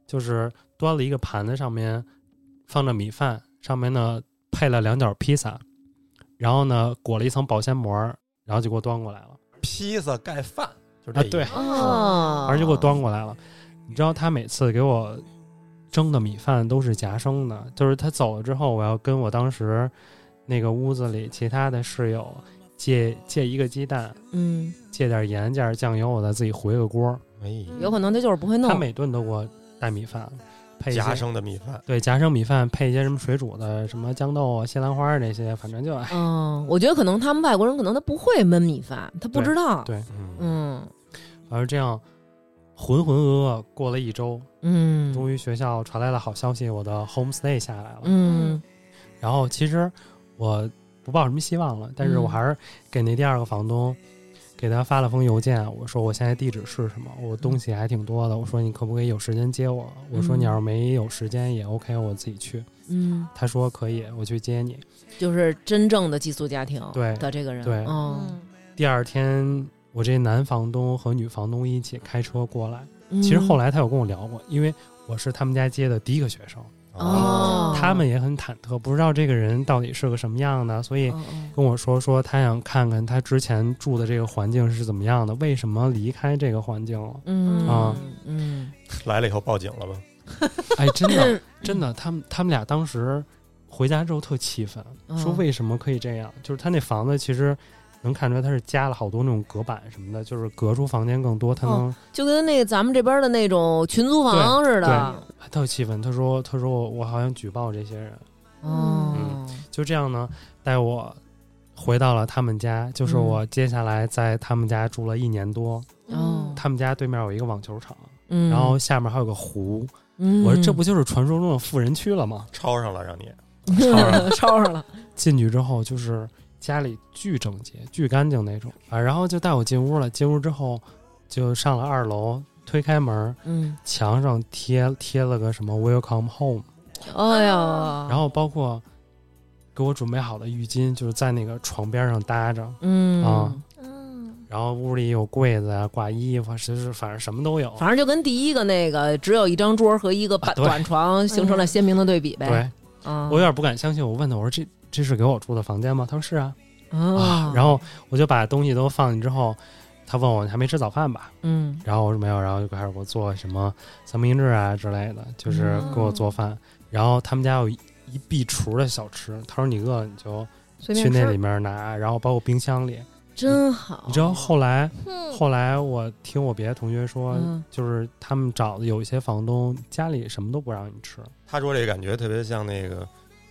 就是端了一个盘子，上面放着米饭，上面呢配了两角披萨，然后呢裹了一层保鲜膜儿，然后就给我端过来了。披萨盖饭，就啊这，对意思，啊哦，反正就给我端过来了。你知道他每次给我蒸的米饭都是夹生的，就是他走了之后，我要跟我当时那个屋子里其他的室友借借一个鸡蛋，嗯，借点盐，加点酱油，我再自己回个锅。哎，有可能他就是不会弄他，每顿都给我带米饭，配一些夹生的米饭，对夹生米饭，配一些什么水煮的，什么豇豆啊、西兰花这些，反正就哎嗯，我觉得可能他们外国人可能他不会焖米饭，他不对知道，对，嗯，嗯反正这样浑浑噩噩过了一周，嗯，终于学校传来了好消息，我的 homestay 下来了。嗯然后其实我不抱什么希望了，但是嗯我还是给那第二个房东给他发了封邮件，我说我现在地址是什么，我东西还挺多的，我说你可不可以有时间接我？我说嗯你要是没有时间也 OK，我自己去。嗯，他说可以，我去接你。就是真正的寄宿家庭对的这个人，对嗯嗯第二天，我这男房东和女房东一起开车过来。嗯其实后来他有跟我聊过，因为我是他们家接的第一个学生，哦，他们也很忐忑，不知道这个人到底是个什么样的，所以嗯嗯跟我说说他想看看他之前住的这个环境是怎么样的，为什么离开这个环境了。嗯啊嗯来了以后报警了吧？ 哎，真 的真的，他们他们俩当时回家之后特气愤，嗯说为什么可以这样？就是他那房子其实能看出来，他是加了好多那种隔板什么的，就是隔出房间更多，他能、就跟那个咱们这边的那种群租房似的。他哎特气愤，他说他说我我好像举报这些人，哦，就这样呢，带我。回到了他们家，就是我接下来在他们家住了一年多。哦，他们家对面有一个网球场，嗯，然后下面还有个湖。嗯我说这不就是传说中的富人区了吗？抄上了让你，抄上了 抄上了，进去之后就是家里巨整洁、巨干净那种啊。然后就带我进屋了，进屋之后就上了二楼，推开门， 嗯，墙上贴贴了个什么 “Welcome Home”，哎呦，啊然后包括给我准备好的浴巾，就是在那个床边上搭着。嗯啊嗯，然后屋里有柜子啊，挂衣服啊，其实反正什么都有。反正就跟第一个那个只有一张桌和一个板啊对短哎床形成了鲜明的对比呗。对，啊，我有点不敢相信，我问他，我说这这是给我住的房间吗？他说是啊，啊啊，然后我就把东西都放进之后，他问我你还没吃早饭吧？嗯然后我说没有，然后就开始给我做什么三明治啊之类的，就是给我做饭。然后他们家有一一壁橱的小吃，他说你饿了你就随去便吃那里面拿，然后包括冰箱里。真好，你知道后来嗯后来我听我别的同学说，嗯就是他们找的有一些房东家里什么都不让你吃，他说这感觉特别像那个，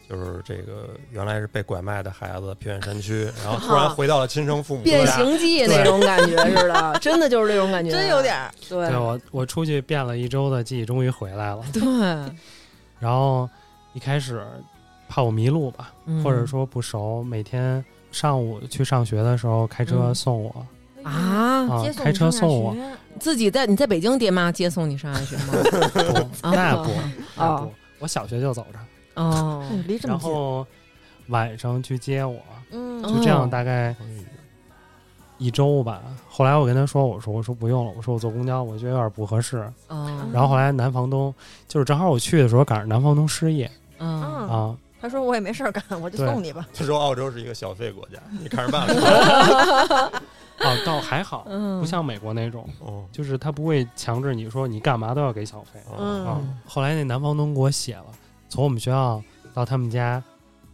就是这个原来是被拐卖的孩子，偏远山区，然后突然回到了亲生父母啊啊变家。形记那种感觉似的，真的就是这种感觉，真有点儿对对我，我出去变了一周的记忆终于回来了。对，然后一开始怕我迷路吧，嗯或者说不熟，每天上午去上学的时候开车嗯送我、啊，哎啊哎接，送开你车上下送我，学自己在你在北京爹妈接送你上下学吗？ 不那不那啊不，我小学就走着，哦，嗯离这么然近，后晚上去接我，嗯，哦就这样大概哎一周吧。后来我跟他说，我说我说不用了，我说我坐公交，我觉得有点不合适。哦，然后后来男房东就是正好我去的时候赶上男房东失业嗯，嗯啊，他说我也没事儿干，我就对送你吧。他说澳洲是一个小费国家，你看着办 吧。哦倒还好，嗯不像美国那种。哦就是他不会强制你说你干嘛都要给小费哦嗯啊。后来那男房东给我写了，从我们学校到他们家，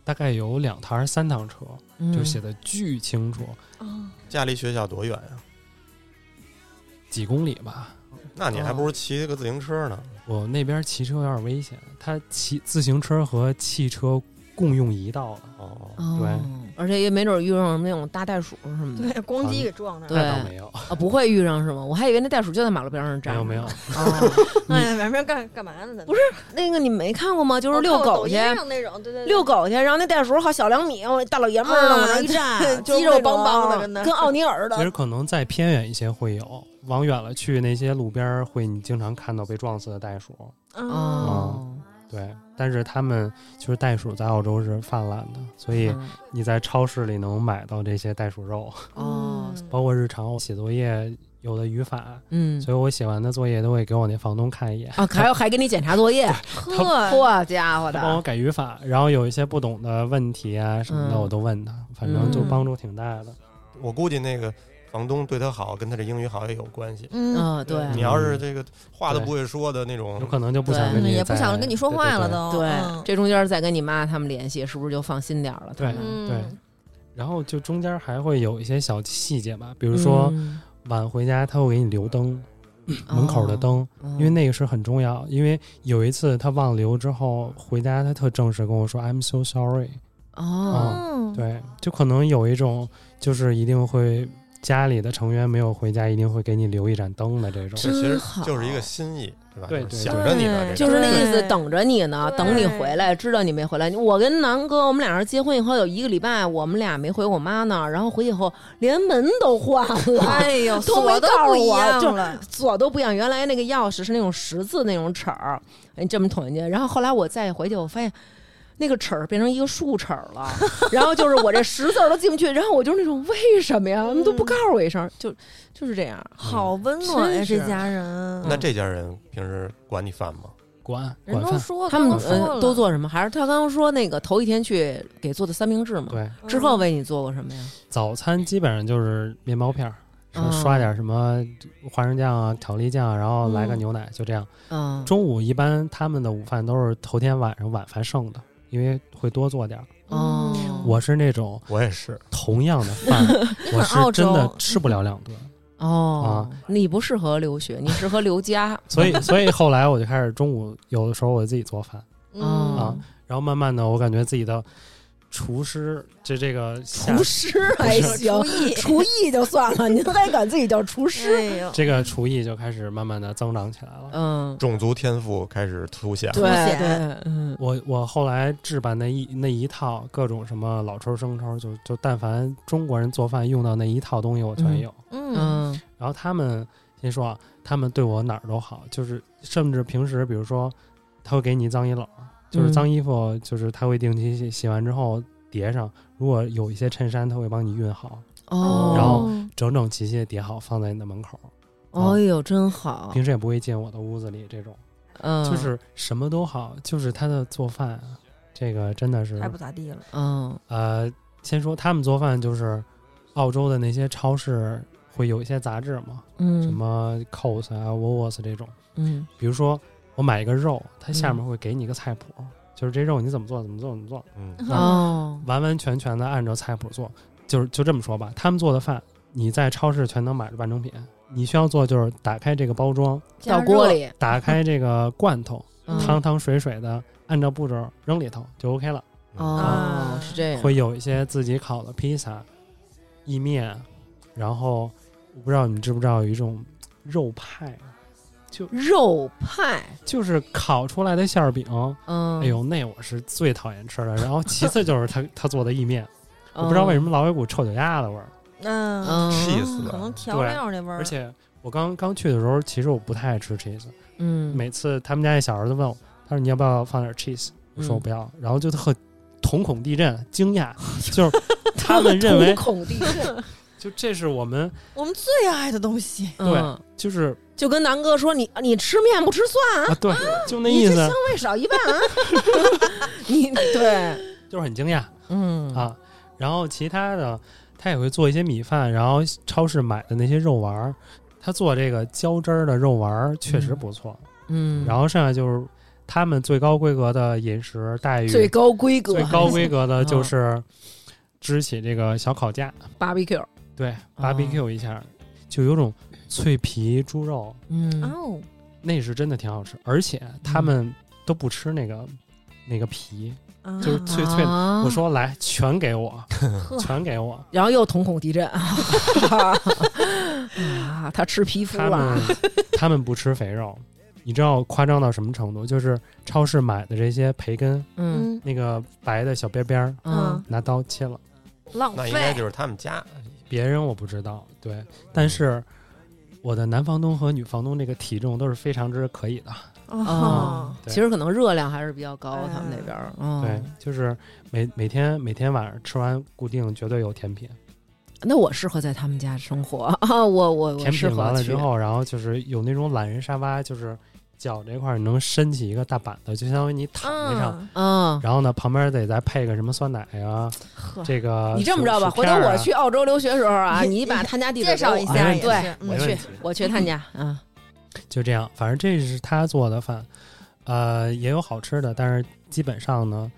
大概有两趟还是三趟车，就写的巨清楚，嗯哦 家离学校多远呀？几公里吧。那你还哦不如骑个自行车呢。我那边骑车有点危险，他骑自行车和汽车共用一道了，哦，哦对，而且也没准遇上什么那种大袋鼠什么的对，啊咣叽给撞上对了。那倒 没有，啊，不会遇上是吗？我还以为那袋鼠就在马路边上没站着有呢。没有，哦， 哎呀，两边干干嘛呢？不是那个你没看过吗？就我是遛看我抖哦狗去音，上那种，对对，对遛狗去，然后那袋鼠好小两米，我大老爷们儿的往那一啊站，对哦就是那哦种肌肉邦邦的跟那儿跟奥尼尔其的实可能再偏远一些会有，往远了去那些路边儿会你经常看到被撞死的袋鼠，哦啊，哦对，但是他们就是袋鼠在澳洲是泛滥的，所以嗯你在超市里能买到这些袋鼠肉，哦，啊嗯包括日常我写作业有的语法，嗯所以我写完的作业都会给我那房东看一眼，啊，还有还给你检查作业， 呵，好家伙他帮我的，改语法，然后有一些不懂的问题啊什么的嗯我都问他，反正就嗯帮助挺大的。我估计那个房东对他好，跟他这英语好也有关系。嗯，嗯，对，你要是这个话都不会说的那种有，可能就不想对跟你也不再想跟你说对话对了对都。对嗯，这中间再跟你妈他们联系，是不是就放心点儿了？对他们嗯对然后就中间还会有一些小细节吧，比如说嗯晚回家他会给你留灯，门口的哦灯。嗯因为那个是很重要。因为有一次他忘留之后回家，他特正式跟我说 “I'm so sorry”。哦，嗯，对，就可能有一种就是一定会家里的成员没有回家，一定会给你留一盏灯的这这种。其实真好就是一个心意，对吧？对就是对想着你呢，对这就个是那意思，对等着你呢，对等你回来，知道你没回来。我跟南哥，我们俩人结婚以后有一个礼拜，我们俩没回我妈那儿，然后回去以后连门都换了，哎呦， 都没锁都告不诉一我就样了，锁都不一样。原来那个钥匙是那种十字那种齿儿，哎，这么捅进去。然后后来我再回去，我发现。那个齿儿变成一个竖齿儿 了，然后就是我这十字儿都进不去，然后我就是那种为什么呀？你们都不告诉我一声，就就是这样。好温暖呀，真是这家人。那这家人平时管你饭吗？管人管都饭，说，他们哦都说呃了都，做什么？还是他刚刚说那个头一天去给做的三明治嘛？对，之后为你做过什么呀？早餐基本上就是面包片儿、嗯说刷点什么花生酱啊、调料酱啊，然后来个牛奶，就这样。嗯，中午一般他们的午饭都是头天晚上晚饭剩的，因为会多做点儿。嗯哦，我是那种我也是，同样的 饭，我是真的吃不了两顿，哦，啊你不适合留学，你适合留家。所以所以后来我就开始中午有的时候我自己做饭，嗯啊然后慢慢的我感觉自己的厨师这这个下厨师还行，厨艺，厨艺就算了，您还敢自己叫厨师？哎呦，这个厨艺就开始慢慢的增长起来了。 嗯，种族天赋开始凸显了。对显对，嗯，我我后来置办那一那一套各种什么老抽生抽，就就但凡中国人做饭用到那一套东西我全有。嗯嗯然后他们先说啊，他们对我哪儿都好，就是甚至平时比如说他会给你脏衣篓，就是嗯脏衣服，就是他会定期洗洗完之后叠上。如果有一些衬衫，他会帮你熨好，哦，然后整整齐齐的叠好放在你的门口。哎呦，真好，平时也不会进我的屋子里，这种嗯，就是什么都好，就是他的做饭啊，这个真的是还不咋地了，嗯呃，先说他们做饭，就是澳洲的那些超市会有一些杂志嘛，嗯什么 Coles 啊、Woolworths 这种。嗯比如说我买一个肉，它下面会给你一个菜谱，就是这肉你怎么做，怎么做，怎么做，嗯，哦完完全全的按照菜谱做。就是就这么说吧，他们做的饭你在超市全能买着半成品，你需要做就是打开这个包装，倒锅里打开这个罐头，嗯汤汤水水的按照步骤扔里头就 OK 了。哦是这样，会有一些自己烤的披萨、意面，然后我不知道你知不知道有一种肉派，肉派，就是烤出来的馅儿饼。嗯，哎，呦，那我是最讨厌吃 的。然后其次就是他他做的意面，我我不知道为什么老有股臭脚丫子味儿。嗯，嗯 cheese 可的能调料那味儿，而且我刚刚去的时候，其实我不太爱吃 cheese。嗯，每次他们家那小儿子问我，他说你要不要放点 cheese？我嗯说我不要，然后就特瞳孔地震，惊讶，就是他们认为瞳孔地震，就这是我们我们最爱的东 西，对嗯就是就跟南哥说你你吃面不吃 蒜啊，啊，对，就那你意这思香，味少一 半啊，你对，就是很惊讶嗯啊。然后其他的，他也会做一些米饭，然后超市买的那些肉丸儿，他做这个浇汁儿的肉丸儿确实不错。嗯，然后剩下就是他们最高规格的饮食待遇，最高规格最高规格嗯的就是支起这个小烤架， barbecue，对哦，barbecue 一下，就有种脆皮猪肉，嗯哦，那是真的挺好吃，而且他们都不吃那个那个皮。就是啊脆脆的啊我说来，全给我，全给我。然后又瞳孔 地震啊，他吃皮肤他 了们，他们不吃肥肉，你知道夸张到什么程度？就是超市买的这些培根，嗯嗯那个白的小边边儿，嗯拿刀切了。浪那应该费，就是他们家别人我不知道，对，但是我的男房东和女房东这个体重都是非常之可以的。哦哦，对其实可能热量还是比较高，他们那边儿，嗯对，就是每每天每天晚上吃完固定绝对有甜品，那我适合在他们家生活 啊，我我我甜适品完合了去之，后，然后就是有那种懒人沙发，就是脚这块儿你能伸起一个大板子，就相当于你躺在上。嗯，嗯，然后呢，旁边得再配个什么酸奶啊，呵这个你这么着吧，薯啊回头我，薯去澳洲留学时候啊，你把他家地址介绍给我啊一没下问也是，题没我嗯问去题，我去他家啊，片儿啊就这样，反正这是他做的饭，呃，也有好吃的，但是基本上呢，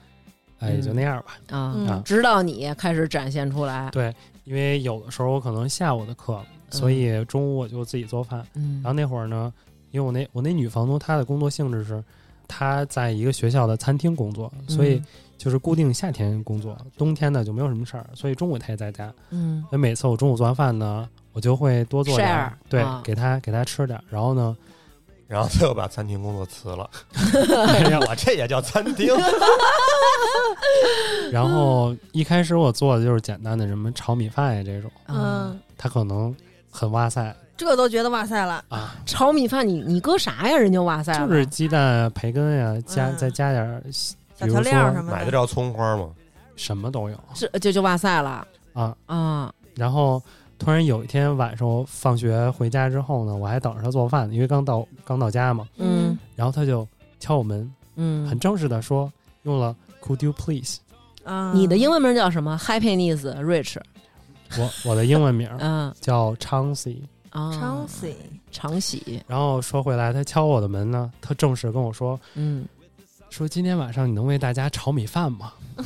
哎，也就那样吧。啊，啊嗯，直到你开始展现出来，对，因为有的时候我可能下午的课，所以中午我就自己做饭。嗯然后那会儿呢，因为我那我那女房东她的工作性质是，她在一个学校的餐厅工作，嗯所以就是固定夏天工作，冬天呢就没有什么事儿，所以中午她也在家。嗯所以每次我中午做完饭呢，我就会多做点儿 Share，对，啊给他给他吃点儿。然后呢，然后他又把餐厅工作辞 了。哎呀我这也叫餐厅？然后一开始我做的就是简单的什么炒米饭呀这种，嗯，嗯，他可能很哇塞这都觉得哇塞了，啊，炒米饭你你搁啥呀？人家哇塞了，就是鸡蛋啊、培根呀，加嗯再加点儿小调料什么买的得着葱花吗？什么都有是就就哇塞了啊。啊，然后突然有一天晚上我放学回家之后呢，我还等着他做饭呢，因为刚到刚到家嘛，嗯然后他就敲我门，嗯，很正式的说用了 Could you please？啊，啊你的英文名叫什么？Happiness Rich 我我的英文名儿嗯叫昌西。啊，昌西，常喜，然后说回来，他敲我的门呢，他正式跟我说嗯，说今天晚上你能为大家炒米饭吗？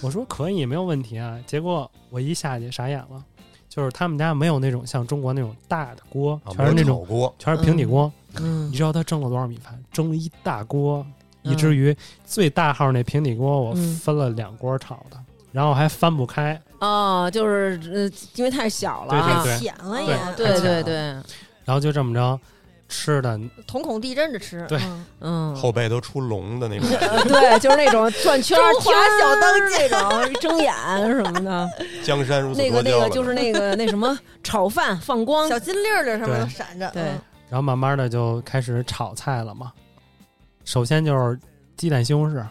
我说可以，没有问题啊。结果我一下去傻眼了，就是他们家没有那种像中国那种大的锅，啊全是那没有种炒锅，全是平底锅。嗯 你知道他蒸了多少米饭？蒸了一大锅，以于至于最大号那平底锅我嗯分了两锅炒的，然后还翻不开。哦，就是呃，因为太小了啊，对浅了哎对也，太对浅对了对，然后就这么着吃的，瞳孔地震着吃，对嗯嗯，后背都出笼的那 种。 对，就是那种转圈儿、中华小当家那种，睁眼什么的。 江山如此那个多那娇个了，就是那个那什么炒饭放光嗯小，金粒儿的什么对都闪着，对嗯然后慢慢的就开始炒菜了嘛。首先就是鸡蛋西红柿，啊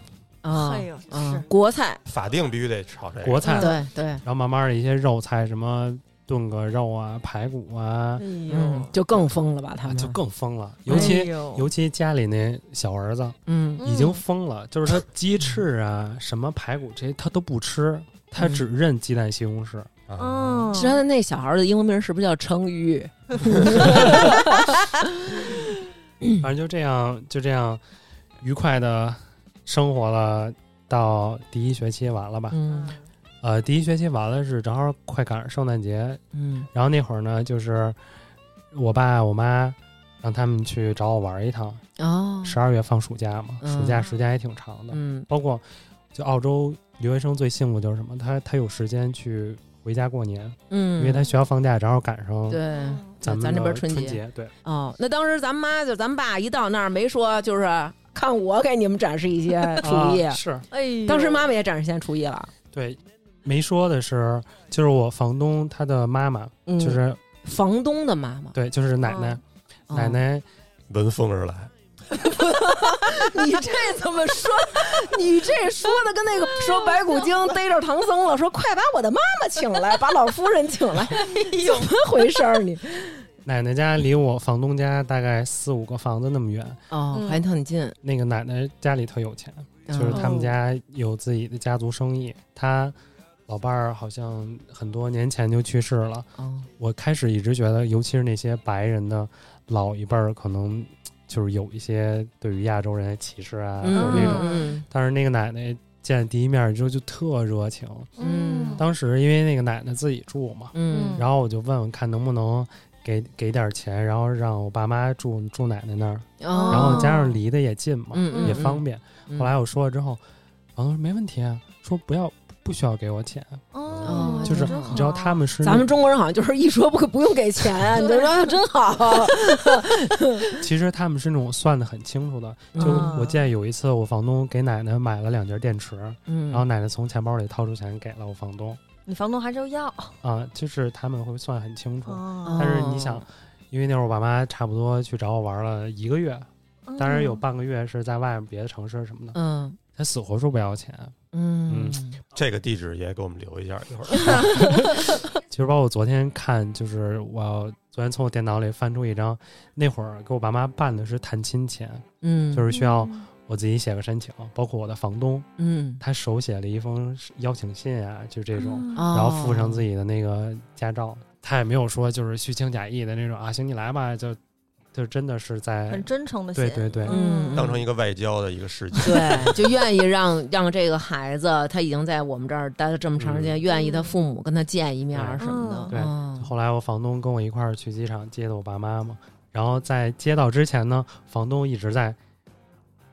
哎呦，啊是，国菜，啊法定必须得炒这个。国菜，嗯对对，然后慢慢的一些肉菜，什么炖个肉啊、排骨啊，嗯，就更疯了吧他啊们就更疯了。尤其、哎呦尤其家里那小儿子嗯已经疯了，就是他鸡翅啊、什么排骨这些他都不吃，他只嗯认鸡蛋西红柿。啊，嗯，其实他的那小孩儿的英文名是不是叫成语？嗯反正就这样，就这样愉快的生活了到第一学期完了吧。嗯呃，第一学期完了是正好快赶上圣诞节，嗯然后那会儿呢，就是我爸我妈让他们去找我玩一趟。哦十二月放暑假嘛，嗯暑假时间还挺长的，嗯包括就澳洲留学生最幸福就是什么，他他有时间去回家过年，嗯，因为他学校放假正好赶上对嗯咱们咱这边的春春节对，哦，那当时咱妈就咱爸一到那儿没说，就是看我给你们展示一些厨艺啊、，是哎呦，当时妈妈也展示些厨艺了，对。没说的是，就是我房东他的妈妈，嗯，就是房东的妈妈，对，就是奶奶，哦奶奶闻风而来， 你这怎么说？你这说的跟那个说白骨精逮着唐僧了，说快把我的妈妈请来，把老夫人请来，怎么回事儿？你奶奶家离我房东家大概四五个房子那么远。哦嗯还挺近，那个奶奶家里特有钱，就是嗯哦他们家有自己的家族生意。他老伴儿好像很多年前就去世了。哦我开始一直觉得，尤其是那些白人的老一辈儿，可能就是有一些对于亚洲人的歧视啊，嗯或者那种。嗯但是那个奶奶见第一面之后就特热情。嗯当时因为那个奶奶自己住嘛，嗯然后我就问问看能不能给给点钱，然后让我爸妈住住奶奶那儿，嗯哦然后加上离得也近嘛，嗯也方便。嗯后来我说了之后，房东说没问题啊，说不要不需要给我钱，哦，嗯就是真好你知道他们是啊嗯那咱们中国人好像就是一说不可不用给钱，你就说啊真好，其实他们是那种算的很清楚的。 就嗯我记得有一次，我房东给奶奶买了两节电池，嗯然后奶奶从钱包里掏出钱给了我房东你房东还是要啊，就是他们会算很清楚。哦但是你想，因为那会儿我爸妈差不多去找我玩了一个月，嗯当然有半个月是在外面别的城市什么的，嗯他死活说不要钱。嗯这个地址也给我们留一下，一会儿。 其实包括我昨天看，就是我昨天从我电脑里翻出一张，那会儿给我爸妈办的是探亲钱，嗯就是需要嗯我自己写个申请，包括我的房东，嗯，他手写了一封邀请信啊，就这种，嗯然然后附上自己的那个驾照，他也没有说就是虚情假意的那种啊，行你来吧，就就真的是在很真诚的哎对对对嗯当成一个外交的一个事 情。对，就愿意让让这个孩子，他已经在我们这儿待了这么长时间，愿意他父母跟他见一面儿什么的。对嗯后来我房东跟我一块儿去机场接的我爸妈嘛，然后在接到之前呢，房东一直在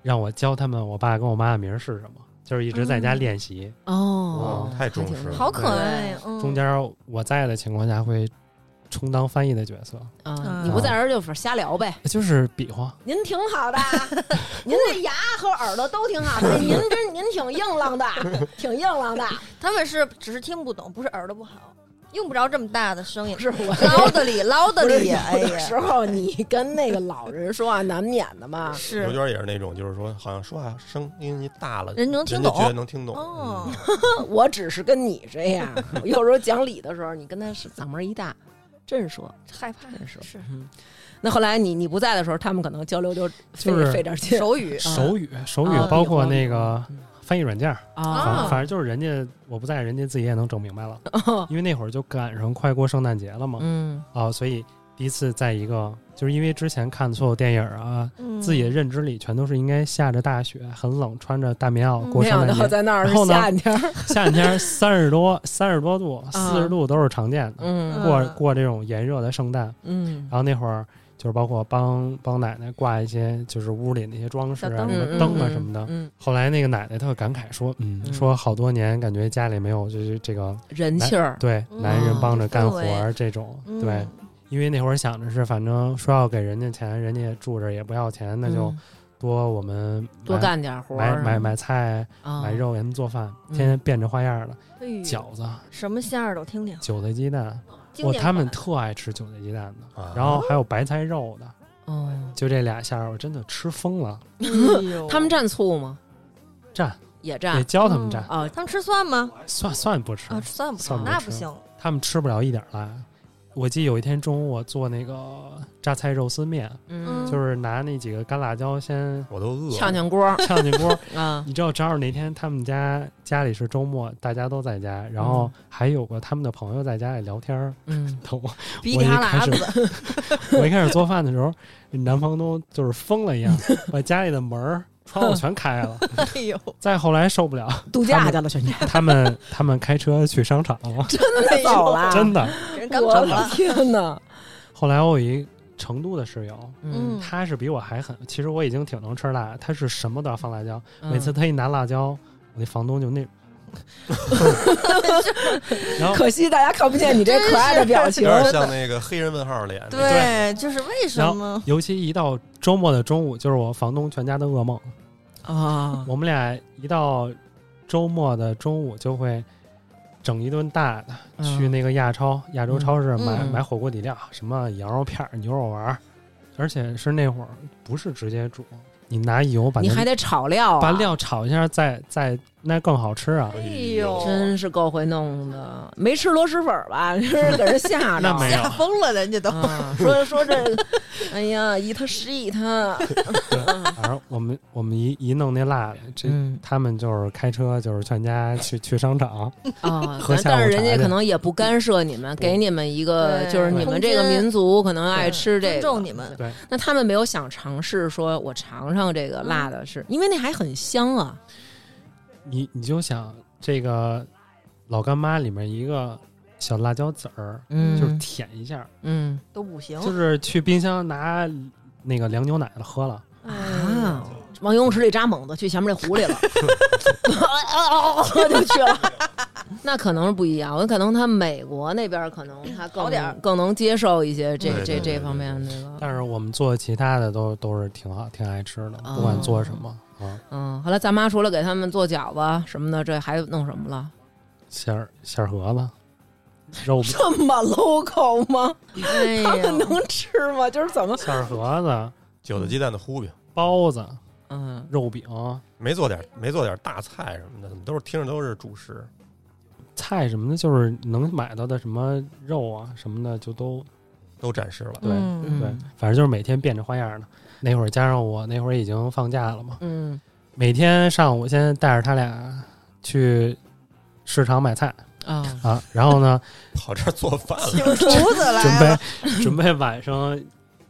让我教他们我爸跟我妈的名儿是什么，就是一直在家嗯练习。哦，哇太重视了好可爱，嗯中间我在的情况下会充当翻译的角色，啊！嗯你不在这儿就是瞎聊呗。就是比划。啊您挺好的，您这牙和耳朵都挺好的，您这您挺硬朗 的，挺硬朗的。他们是只是听不懂，不是耳朵不好，用不着这么大的声音 不，是我唠的里唠的不是里，有哎 的时呀，候你跟那个老人说话难免的啊嘛。刘 是娟也是那种，就是说，好像说话声音一大了，人能听人家懂觉得能听懂。哦嗯，我只是跟你这样， 有时候讲理的时候，你跟他是嗓门一大，真说。害怕真是是嗯，那后来你你不在的时候，他们可能交流就费就是费点劲。手语，手语，手语啊包括那个嗯翻译软件儿，啊 反反正就是人家我不在，人家自己也能整明白了。哦因为那会儿就赶上快过圣诞节了嘛，嗯啊，所以第一次在一个就是因为之前看的所有电影啊，嗯自嗯己的认知里全都是应该下着大雪，很冷，穿着大棉袄过嗯没圣想到诞节。在那儿是然后呢夏天儿，嗯夏天三十多、三十多度、啊四十度都是常见的，嗯过嗯过这种炎热的圣诞。嗯然后那会儿就是包括帮帮奶奶挂一些就是屋里那些装饰啊，小什灯么嗯，灯啊什么的。嗯，后来那个奶奶特感慨说，嗯，嗯说好多年感觉家里没有就是这个人气儿，对嗯男人帮着干活氛儿这种，嗯嗯对，因为那会儿想着是反正说要给人家钱，人家住着也不要钱，那就嗯多我们买多干点活买儿，买买菜、啊买肉给他们做饭，嗯天天变着花样的嗯，饺子、什么馅儿都听听。韭菜鸡蛋，经哇，典他们款特爱吃韭菜鸡蛋的，啊然后还有白菜肉的。哦，就这俩馅儿，我真的吃疯了。哎他们蘸醋吗？蘸，也得蘸教他们蘸，啊，他们吃蒜吗？蒜蒜不吃啊，，蒜不吃蒜，不那吃不行。 他们吃不了一点儿辣。我记得有一天中午我做那个榨菜肉丝面，嗯，就是拿那几个干辣椒先我都饿炝了。炝锅儿炝进锅。啊，你知道，正好那天他们家家里是周末，大家都在家，然后还有个他们的朋友在家里聊天儿。 嗯，我鼻我涕一哈开喇始 子，我一开始做饭的时候，男房东就是疯了一样，把家里的门儿、窗户全开了。哎呦，再后来受不了，度假去了，全家他们他们开车去商场了，哎走了， 真的。人干我跑的了。 天哪！后来我有一成都的室友，嗯，他是比我还狠。其实我已经挺能吃辣，他是什么都要放辣椒。嗯每次他一拿辣椒，我那房东就那，然后可惜大家看不见你这可爱的 表情有。 点像那个黑人问号脸，对，就是为什然么？尤其一到周末的中午，就是我房东全家的噩梦。啊，我们俩一到周末的中午就会。整一顿大的，嗯去那个亚超、亚洲超市买、嗯买火锅底料，什么羊肉片儿、牛肉丸儿，而且是那会儿不是直接煮，你拿油把你那还得炒料啊，把料炒一下，再再那更好吃啊！哎呦，真是够会弄的，没吃螺蛳粉儿吧？ 就是给人吓着，那没有吓疯了，人家都。 啊，说说这个， 哎呀，以他食以他，反正我们我们一一弄那辣的，这、嗯他们就是开车就是全家去去商场，啊， 喝咱下午但是人茶家去可能也不干涉你们，给你们一个对就是你们这个空间民族可能爱吃这尊个，重你们。对，那他们没有想尝试说，我尝尝这嗯个辣的是，因为那还很香啊。你你就想这个老干妈里面一个小辣椒籽儿，嗯就是舔一下，嗯 都不行就是去冰箱拿那个凉牛奶了喝了，哎 啊，往游泳池里扎猛子，去前面这湖里了，哎 喝就去了。 那可能是不一样，我可能他美国那边可能他更好点儿更能接受一些这对这对对这方面的了。但是我们做其他的都都是挺好，挺爱吃的，哦不管做什么啊，嗯，后来咱妈除了给他们做饺子什么的，这还弄什么了？馅儿馅儿盒子，肉馅这么 local 吗？哎他啊们呀，能吃吗？就是怎么儿盒子、韭菜鸡蛋的糊饼，包子、嗯，肉饼，没做点没做点大菜什么的，怎么都是听着都是主食。菜什么的，就是能买到的什么肉啊什么的，就都都展示了，对、嗯对，反正就是每天变着花样的。那会儿加上我，那会儿已经放假了嘛，嗯每天上午先带着他俩去市场买菜啊， 啊，然后呢，跑这儿做饭了，请厨子准来了。备 准备晚上，你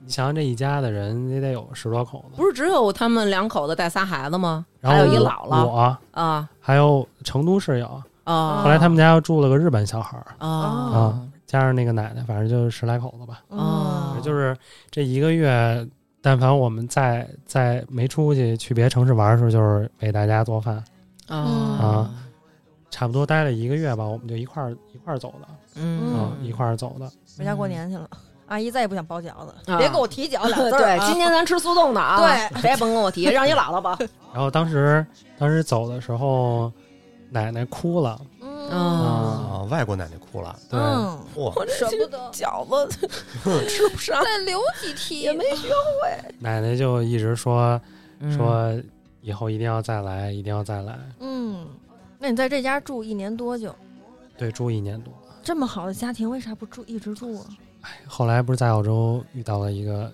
想想这一家的人也得有十多口子，不是只有他们两口子带仨孩子吗？然还后有一我姥姥我啊还有成都室友，啊！后来他们家又住了个日本小孩儿，啊加上那个奶奶，反正就是十来口子吧。嗯哦就是这一个月，但凡我们在在没出去去别的城市玩的时候，就是给大家做饭，啊啊差不多待了一个月吧，我们就一块儿一块儿走的，嗯啊，一块儿走的。回家过年去了。阿姨再也不想包饺子，啊别给我提饺子 俩字儿啊。对，今年咱吃速冻的啊，对谁也甭跟我提，让你姥姥吧。然后当时当时走的时候，奶奶哭了，嗯，啊，外国奶奶哭了，对，嗯嚯， 舍不 得，饺子吃不上，再留几屉也没学奶奶就一直说嗯说以后一定要再来，一定要再来。嗯，那你在这家住一年多久？对，住一年多。哎这么好的家庭，为啥不住一直住啊？后来不是在澳洲遇到了一个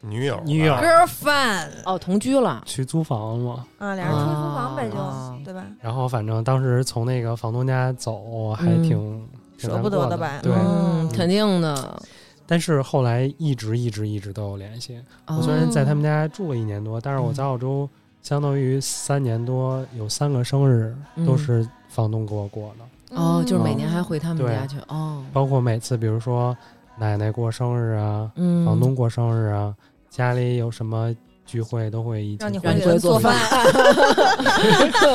女友吧啊女友 girlfriend 哦，同居了，去租房嘛。啊，俩人出去租房呗，啊就对吧？然后反正当时从那个房东家走，还嗯挺、挺舍难不得过的的吧？对，嗯，肯定的。但是后来一直一直一直都有联系。哦嗯我虽然在他们家住了一年多，但是我在澳洲相当于三年多，有三个生日嗯都是房东给我过的，哦，就是每年还嗯回他们对家去哦，包括每次比如说奶奶过生日啊，嗯，房东过生日啊，家里有什么聚会都会一起让你让回你去回去做做饭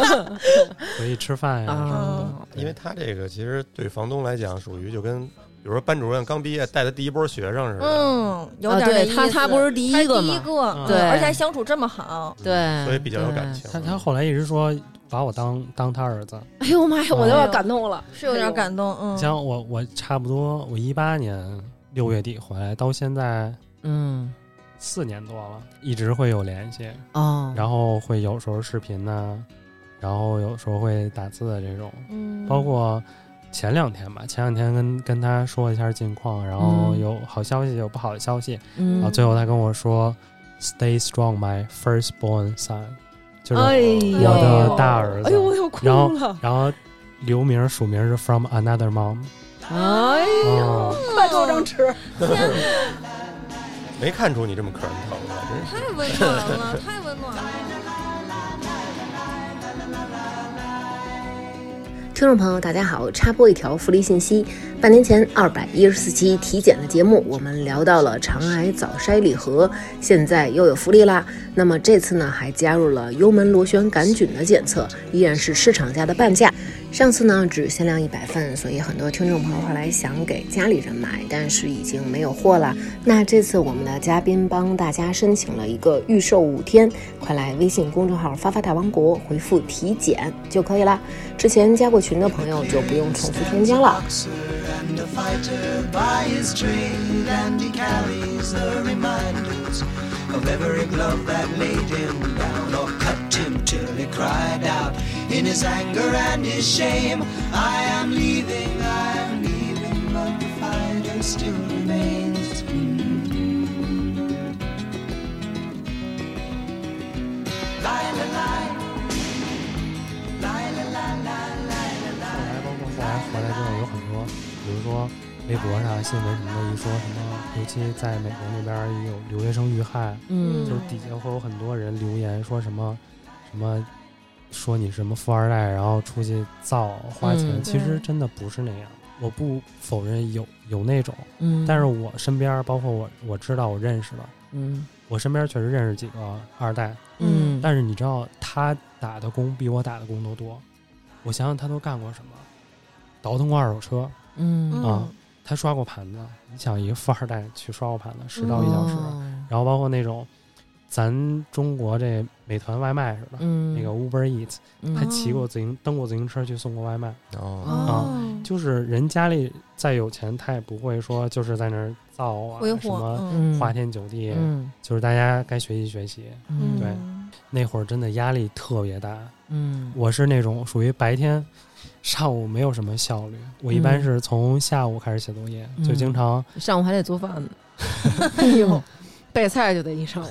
回去吃饭呀、什么啊，的，因为他这个其实对房东来讲，属于就跟比如说班主任刚毕业带的第一波学生似的，嗯，有啊点对那他意他思不是第他一个第一吗？个，嗯对而且还相处这么好，对所以比较有感对情。他他后来一直说把我当当他儿子，哎呦妈呀，我都哎要呦感动了，是有点感动。嗯，像我我差不多我一八年六月底回来到现在嗯四年多了，一直会有联系，嗯哦，然后会有时候视频呐、然后有时候会打字的这种，嗯包括前两天吧，前两天跟跟他说一下近况，然后嗯有好消息有不好的消息，嗯然啊后最后他跟我说，Stay strong, my firstborn son，就是哎呦我的大儿子哎呦，我又哭然后了。然后留名署名是 from another mom，哎啊，快给我张纸，没看出你这么可人疼啊，真是。太温暖 了，太温暖了。听众朋友，大家好！插播一条福利信息：半年前二百一十四期体检的节目，我们聊到了肠癌早筛礼盒，现在又有福利啦。那么这次呢，还加入了幽门螺旋杆菌的检测，依然是市场价的半价。上次呢，只限量一百份，所以很多听众朋友后来想给家里人买，但是已经没有货了。那这次我们的嘉宾帮大家申请了一个预售五天，快来微信公众号“发发大王国”回复“体检”就可以啦。之前加过群的朋友就不用重复添加了。 and a fighter by his trade, and he carries the reminders of every glove that laid him down or cut him till he cried out in his anger and his shame. I am leaving, I am leaving, but the fighter still remains. Lie, lie, lie. 后来包括后来回来之后有很多，比如说微博上新闻什么的，一说什么，尤其在美国那边有留学生遇害，嗯就底下会有很多人留言说什么什么。说你什么富二代，然后出去造花钱，嗯其对实真的不是那样。我不否认有有那种，嗯，但是我身边，包括我我知道我认识的，嗯我身边确实认识几个二代，嗯，但是你知道他打的工比我打的工都多，我想想他都干过什么，倒腾过二手车，嗯啊他刷过盘子，你想一个富二代去刷过盘子十到一小时，哦然后包括那种咱中国这美团外卖似的，嗯那个 Uber Eats，嗯他骑过自行蹬过自行车去送过外卖，啊哦，哦哦，就是人家里再有钱，他也不会说就是在那儿造啊挥什霍么，嗯嗯花天酒地，嗯就是大家该学习学习。嗯对那会儿真的压力特别大，嗯我是那种属于白天上午没有什么效率，我一嗯般是从下午开始写作业，嗯就经常上午还得做饭 呢，哎呦，备菜就得一上午，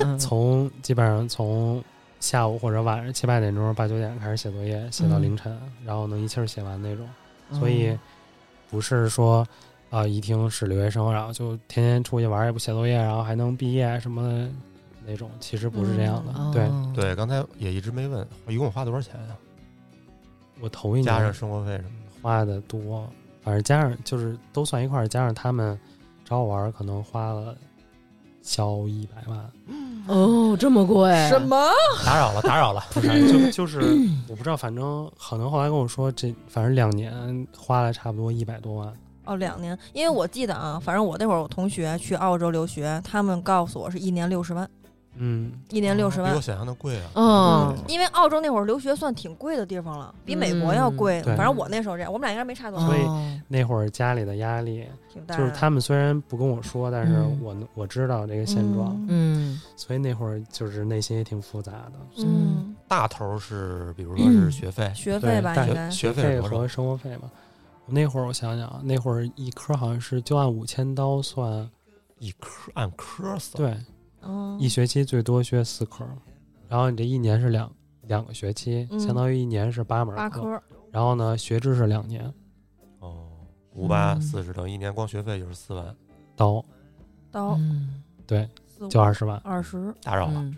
嗯从基本上从下午或者晚上七八点钟、八九点开始写作业，写到嗯凌晨，然后能一气儿写完那种。所以不是说啊、一听是留学生，然后就天天出去玩儿也不写作业，然后还能毕业什么的那种，其实不是这样的。哦对对，刚才也一直没问，一共花多少钱呀？我头一加上年生活费什么花的多，反正加上就是都算一块儿，加上他们找我玩儿，可能花了小一百万。哦，这么贵，什么？的，打扰了，打扰了。不是，就就是我不知道，反正可能后来跟我说，这反正两年花了差不多一百多万。哦，两年，因为我记得啊，反正我那会儿我同学去澳洲留学，他们告诉我是一年六十万，嗯，一年六十比万嗯我。想象的贵啊。哦因为澳洲那会儿留学算挺贵的地方了，比美国要贵。嗯对反正我那时候这样，我们俩应该没差多少，所以哦那会儿家里的压力，挺大就的。是他们虽然不跟我说，但是嗯我、我知道这个现状，嗯嗯所以那会儿就是内心也挺复杂的。嗯，大头是，比如说是学费，学费对吧但应该学。学费费是多和少？生活费嘛，我那会儿我想想啊，那会儿一科好像是就按五千刀算，一科按科算，对，哦一学期最多学四科，然后你这一年是两两个学期，嗯相当于一年是八门八课。科，嗯然后呢，学制是两年哦，五嗯八四十等于一年光学费就是四万，刀，到嗯四五就二十万。二十，打扰了。嗯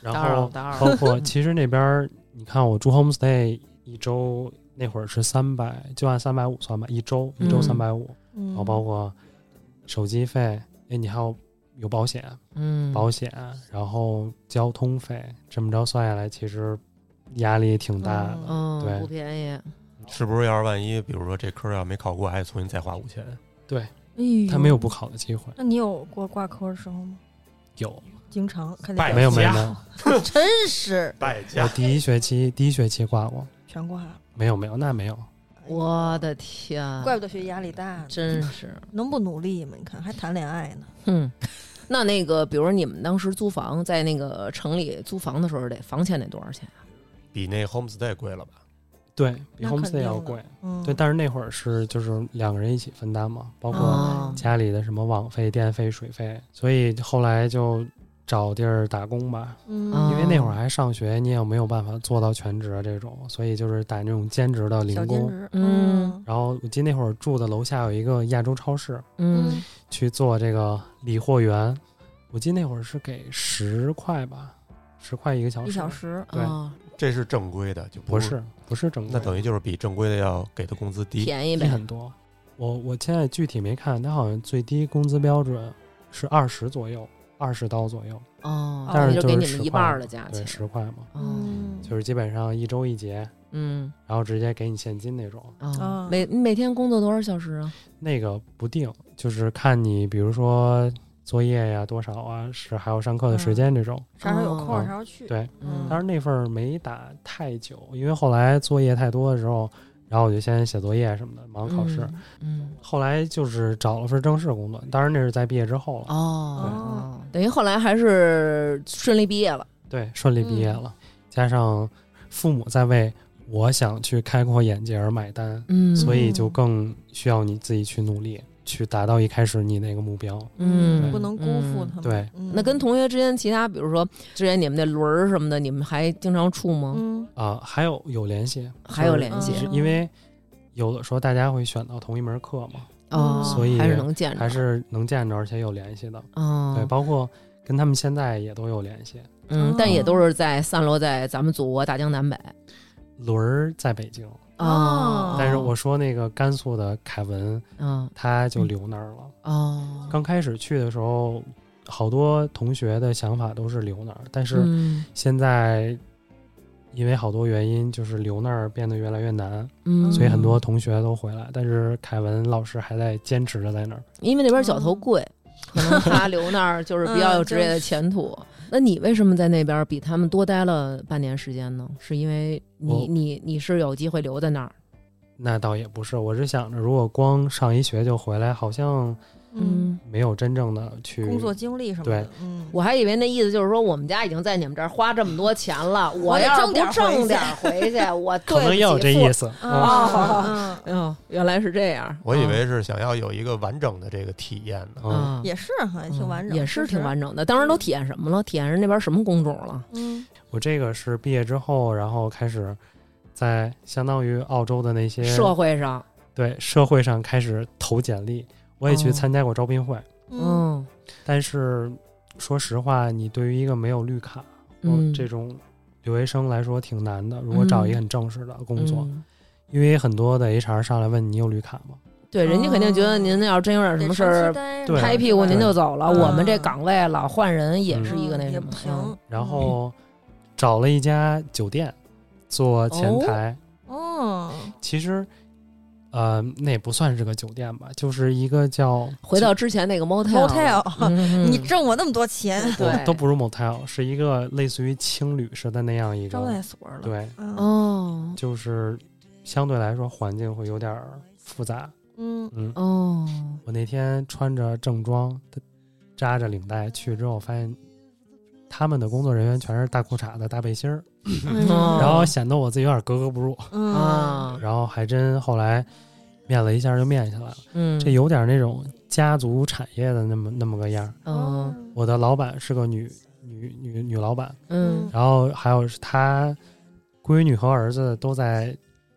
然打扰后了打扰了包 括其实那边儿你看我住 homestay 一周那会儿是三百，就按三百五算吧，一周一周嗯三百五，嗯然哦后包括手机费，哎，你还有有保险，嗯，保险，然后交通费，这么着算下来，其实压力挺大的。嗯对不便宜，是不是要是万一，比如说这科要没考过，还得重新再花五千？嗯哎呦他没有不考的机会，那你有过挂科的时候吗？有经常看见拜哎没有没有家没有，真是败我家第一学期第一学期挂过，全挂啊了，没有没有那没有，我的天，啊怪不得学习压力大呢，真是，能不努力吗？你看还谈恋爱呢，嗯。那那个，比如说你们当时租房在那个城里租房的时候，得房钱得多少钱啊？比那 homestay 贵了吧？对比那肯 homestay 要定的贵，嗯，对，但是那会儿是就是两个人一起分担嘛，包嗯括哦家里的什么网费、电费、水费，所以后来就找地儿打工吧，嗯啊因为那会儿还上学，你也没有办法做到全职这种，所以就是打那种兼职的小零兼工。职，嗯然后我记得那会儿住的楼下有一个亚洲超市，嗯去做这个理货员。我记得那会儿是给十块吧，十块一个小嗯，时。一小时，对哦这是正规的，就不，是不是整个，那等于就是比正规的要给的工资低。便宜低呗，很多。我我现在具体没看，它好像最低工资标准是二十左右，二十刀左右，哦，但是就就给是你们10一块半儿的价对，钱，十块嘛，哦，嗯就是基本上一周一结，嗯然后直接给你现金那种。哦啊，每你每天工作多少小时啊？那个不定，就是看你比如说作业呀多少啊，是还有上课的时间这种。啥时候有空哦啥时候去，对嗯当然那份儿没打太久，因为后来作业太多的时候，然后我就先写作业什么的，忙考试。，嗯后来就是找了份正式工作，当然那是在毕业之后了，哦，嗯等于后来还是顺利毕业了，对，顺利嗯毕业了，加上父母在为我想去开阔眼界而买单，嗯所以就更需要你自己去努力，去达到一开始你那个目标。嗯不能辜负他们，对嗯，那跟同学之间，其他比如说之前你们那轮儿什么的，你们还经常处吗？嗯啊、还有有联系，还有就是联系嗯是因为有的时候大家会选到同一门课嘛，嗯哦，所以还是能见着，还是能见着，而且有联系的。对，哦，包括跟他们现在也都有联系。嗯，但也都是在散落在咱们祖国大江南北。轮儿在北京，哦，但是我说那个甘肃的凯文，嗯他就留那儿了。哦，刚开始去的时候，好多同学的想法都是留那儿，但是嗯现在因为好多原因，就是留那儿变得越来越难，嗯，所以很多同学都回来。但是凯文老师还在坚持着在那儿。因为那边小头 贵，可能他留那儿嗯就是比较有职业的前途。那你为什么在那边比他们多待了半年时间呢？是因为你我你你是有机会留在那儿？那倒也不是，我是想着，如果光上一学就回来，好像嗯，没有真正的去工作经历什么的，嗯，嗯我还以为那意思就是说，我们家已经在你们这儿花这么多钱了，我得要是挣不点儿回挣去点儿回去， 我对可能也有这意思。思。啊啊，嗯哦，原来是这样。我以为是想要有一个完整的这个体验呢。嗯，啊嗯，也是哈，也挺完整，也是挺完整的。当时都体验什么了？体验人那边什么工种了？整，嗯，我这个是毕业之后，然后开始在相当于澳洲的那些社会上，对社会上开始投简历。我也哦去参加过招聘会，嗯，嗯但是说实话，你对于一个没有绿卡或嗯这种留学生来说挺难的。如果找一个很正式的工作，嗯因为很多的 HR 上来问你有绿卡吗？对，人家肯定觉哦得您要真有点什么事儿，对拍屁股您就走了。嗯我们这岗位老换人也是一个那什么嗯不，行，嗯然后找了一家酒店做前台。哦， 其实，呃，那也不算是个酒店吧，就是一个叫回到之前那个 motel motel， 嗯你挣我那么多钱，不对都不如 motel，是一个类似于青旅似的那样一招个待，所了，对，嗯哦就是相对来说环境会有点儿复杂。嗯，嗯，哦，我那天穿着正装，扎着领带去之后，发现他们的工作人员全是大裤衩子、大背心儿，哦然后显得我自己有点格格不入。哎嗯，啊，然后还真后来面了一下就面下来了，嗯，这有点那种家族产业的那么那么个样儿。嗯哦我的老板是个女女女女老板，嗯然后还有是她闺女和儿子都在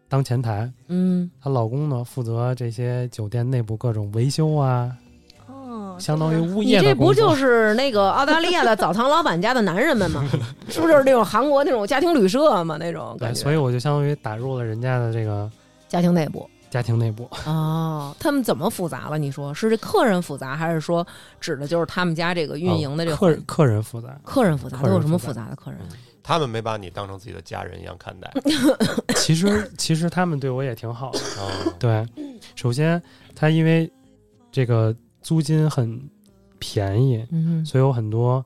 当前台，嗯，她老公呢负责这些酒店内部各种维修啊，哦，相当于物你业这的不工作。就、是那个澳大利亚的澡堂老板家的男人们吗？ 是不是就是那种韩国那种家庭旅社嘛那种感觉？对，所以我就相当于打入了人家的这个家庭内部家庭内部。哦，他们怎么复杂了？你说是这客人复杂，还是说指的就是他们家这个 运营的这啊个客客人复杂，客人复杂？客人都有什么复复杂杂的客人？啊他们没把你当成自己的家人一样看待。其实 其实他们对我也挺好 的。哦对，首先他因为这个租金很便宜，嗯所以有很多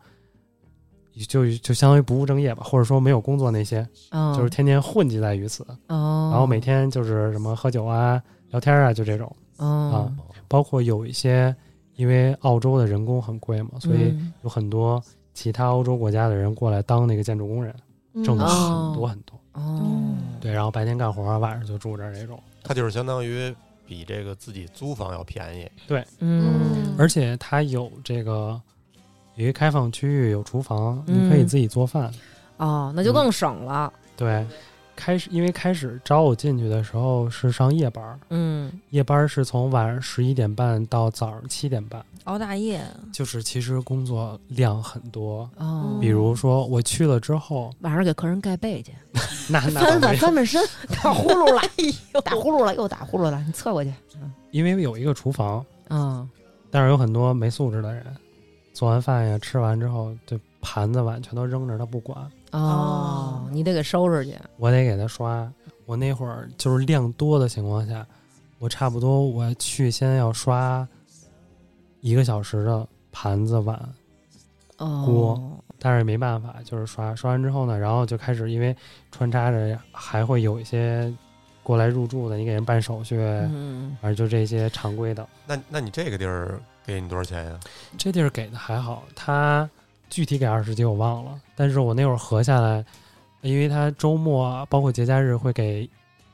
就就相当于不务正业吧，或者说没有工作那些，哼， 就是天天混迹在于此，哦，然后每天就是什么喝酒啊、聊天啊，就这种。啊哦包括有一些因为澳洲的人工很贵嘛，所以嗯有很多其他欧洲国家的人过来当那个建筑工人，嗯挣的哦很多很多。哦，对，然后白天干活，晚上就住这儿这种。他就是相当于比这个自己租房要便宜。嗯，而且它有这个有一个开放区域，有厨房，嗯你可以自己做饭。哦，那就更省了，对，开始因为开始招我进去的时候是上夜班儿，嗯夜班儿是从晚上十一点半到早上七点半，熬大夜，就是其实工作量很多。哦，比如说我去了之后，晚上给客人盖被去，哎那那翻倒翻没有，翻翻身， 打呼噜 了，打呼噜了又打呼噜了，你侧过去，因为有一个厨房，嗯但是有很多没素质的人，做完饭呀，吃完之后，这盘子碗全都扔着，他不管。哦，你得给收拾去，我得给他刷。我那会儿就是量多的情况下，我差不多我去先要刷一个小时的盘子碗，哦，锅但是没办法，就是刷刷完之后呢，然后就开始因为穿插着还会有一些过来入住的，你给人办手续，嗯，反正就这些常规的。那那你这个地儿给你多少钱呀？这地儿给的还好，他具体给二十几我忘了，但是我那会儿合下来，因为他周末啊包括节假日会给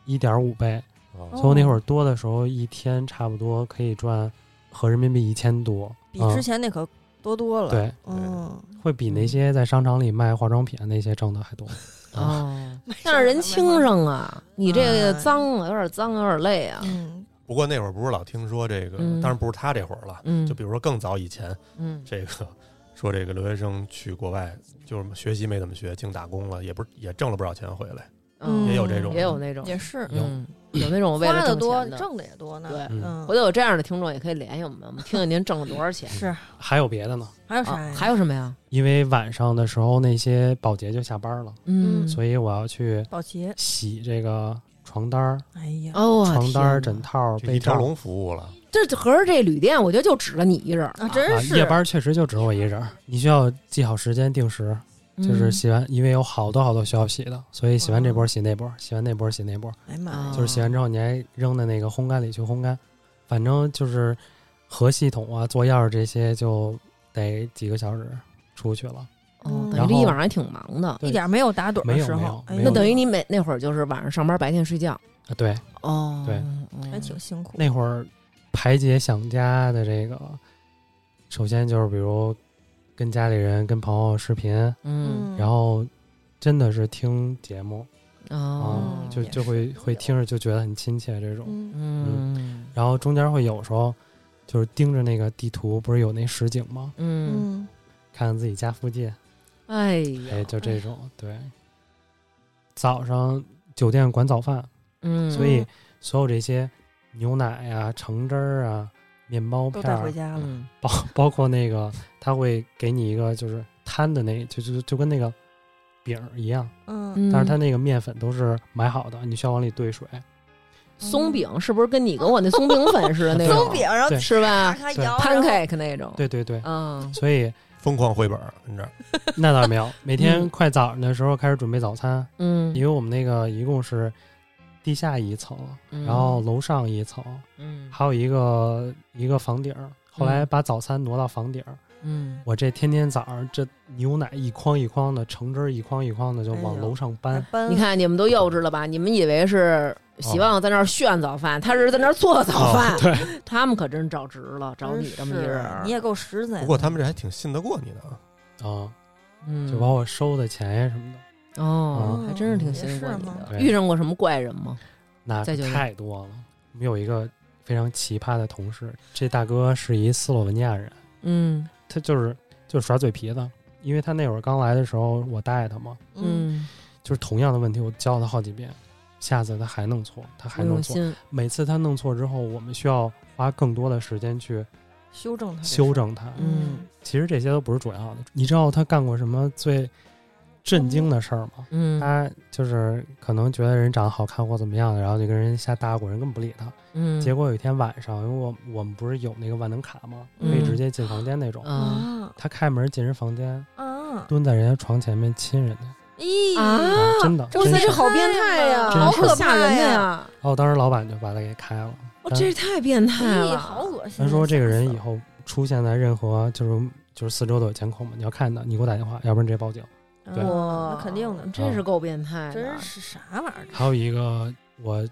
一点五倍，哦所以我那会儿多的时候，一天差不多可以赚合人民币一千多，比之前那可多多了。嗯、，对，嗯，会比那些在商场里卖化妆品啊那些挣的还多。啊嗯哦，但是人轻上，省啊，你这个脏啊，有点脏，有点累啊，嗯，不过那会儿不是老听说这个，嗯当然不是他这会儿了，嗯，就比如说更早以前，嗯，这个说这个留学生去国外就是学习没怎么学，净打工了，也不是也挣了不少钱回来。嗯也有这种也有那种，也是有嗯有那种为花了的挣多钱，的，挣的也多呢。。对嗯，回头有这样的听众也可以联系我们，我们听听您挣了多少钱 是还有别的呢，还有啥啊呀？还有什么呀？因为晚上的时候那些保洁就下班了，嗯，所以我要去保洁，洗这个床单儿、哎呀，哦，床单儿、天枕哪套、这哦被一条罩。龙服务了，这合着这旅店，我觉得就指着你一人儿，啊，啊真，是夜班确实就只有我一人儿，你需要记好时间定时，就是嗯洗完，因为有好多好多需要洗的，所以洗完这波洗那波，洗完那波洗那波，哎呀妈哦呀，就是洗完之后你还扔到那个烘干里去烘干，反正就是核系统啊、做钥匙这些就得几个小时出去了。哦，等然于这后一晚上还挺忙的。对嗯一点没有打盹没的有时没候有，哎没呀那等于你每那会儿就是晚上上班，白天睡觉。啊，对，哦，对对嗯还挺辛苦。那会儿排解想家的这个，首先就是比如跟家里人、跟朋友视频，嗯然后真的是听节目哦啊，嗯，就也就是会会听着就觉得很亲切这种。嗯嗯然后中间会有时候就是盯着那个地图，不是有那实景吗？嗯，嗯，看看自己家附近，哎哎，呀，就这种。对，早上酒店管早饭，嗯，所以所有这些牛奶呀、橙汁儿啊、面包都片带儿回，家了。嗯包包括那个他会给你一个就是摊的那，就就就跟那个饼儿一样，嗯，嗯，但是他那个面粉都是买好的，你需要往里兑水。松饼是不是跟你跟我那松饼粉似的那种松饼，然后对是咔吧咔对摇然后？pancake 那种，对对哦对，嗯，所以疯狂绘本儿跟这儿。 那倒没有，每天嗯快早上的时候开始准备早餐，嗯因为我们那个一共是地下一层，嗯，然后楼上一层，嗯还有一个一个房顶儿。后来把早餐挪到房顶儿，嗯，我这天天早上这牛奶一筐一筐的，橙汁儿一筐一筐的就哎往呦楼上还搬。搬你看你们都幼稚了吧？你们以为是希望在那儿炫早饭，他是在那儿做早饭。哦对，他们可真找直了，找你这么一人儿。你也够实在的。不过他们这还挺信得过你的啊。啊，嗯，就把我收的钱呀什么的，哦，还真是挺也信得过是你吗的。对遇上过什么怪人吗？那再就业太多了。我们有一个非常奇葩的同事，这大哥是一斯洛文尼亚人，嗯他就是就是耍嘴皮子，因为他那会儿刚来的时候我带他嘛，嗯，嗯，就是同样的问题我教了他好几遍，下次他还弄错，他还不弄用错，哎心。每次他弄错之后，我们需要花更多的时间去修正他，修。正他。嗯其实这些都不是主要的，你知道他干过什么最震惊的事儿吗？嗯他就是可能觉得人长得好看或怎么样的，然后就跟人瞎搭伙，人根本不理他。嗯，结果有一天晚上，因为我我们不是有那个万能卡吗？可嗯以直接进房间那种。啊啊他开门进人房间，啊！蹲在人家床前面亲人家，咦啊啊真的。哇真塞，是这好变态呀，真是好可吓人的呀！然后当时老板就把他给开了。哇，这也太变态咦，了，哎好恶心！啊他说这个嗯人吓死以了后出现在任何就是就是四周都有监控嘛，你要看到你给我打电话，要不然直接报警。对哇，那肯定的，真是够变态的，真是啥玩意儿？还有一个我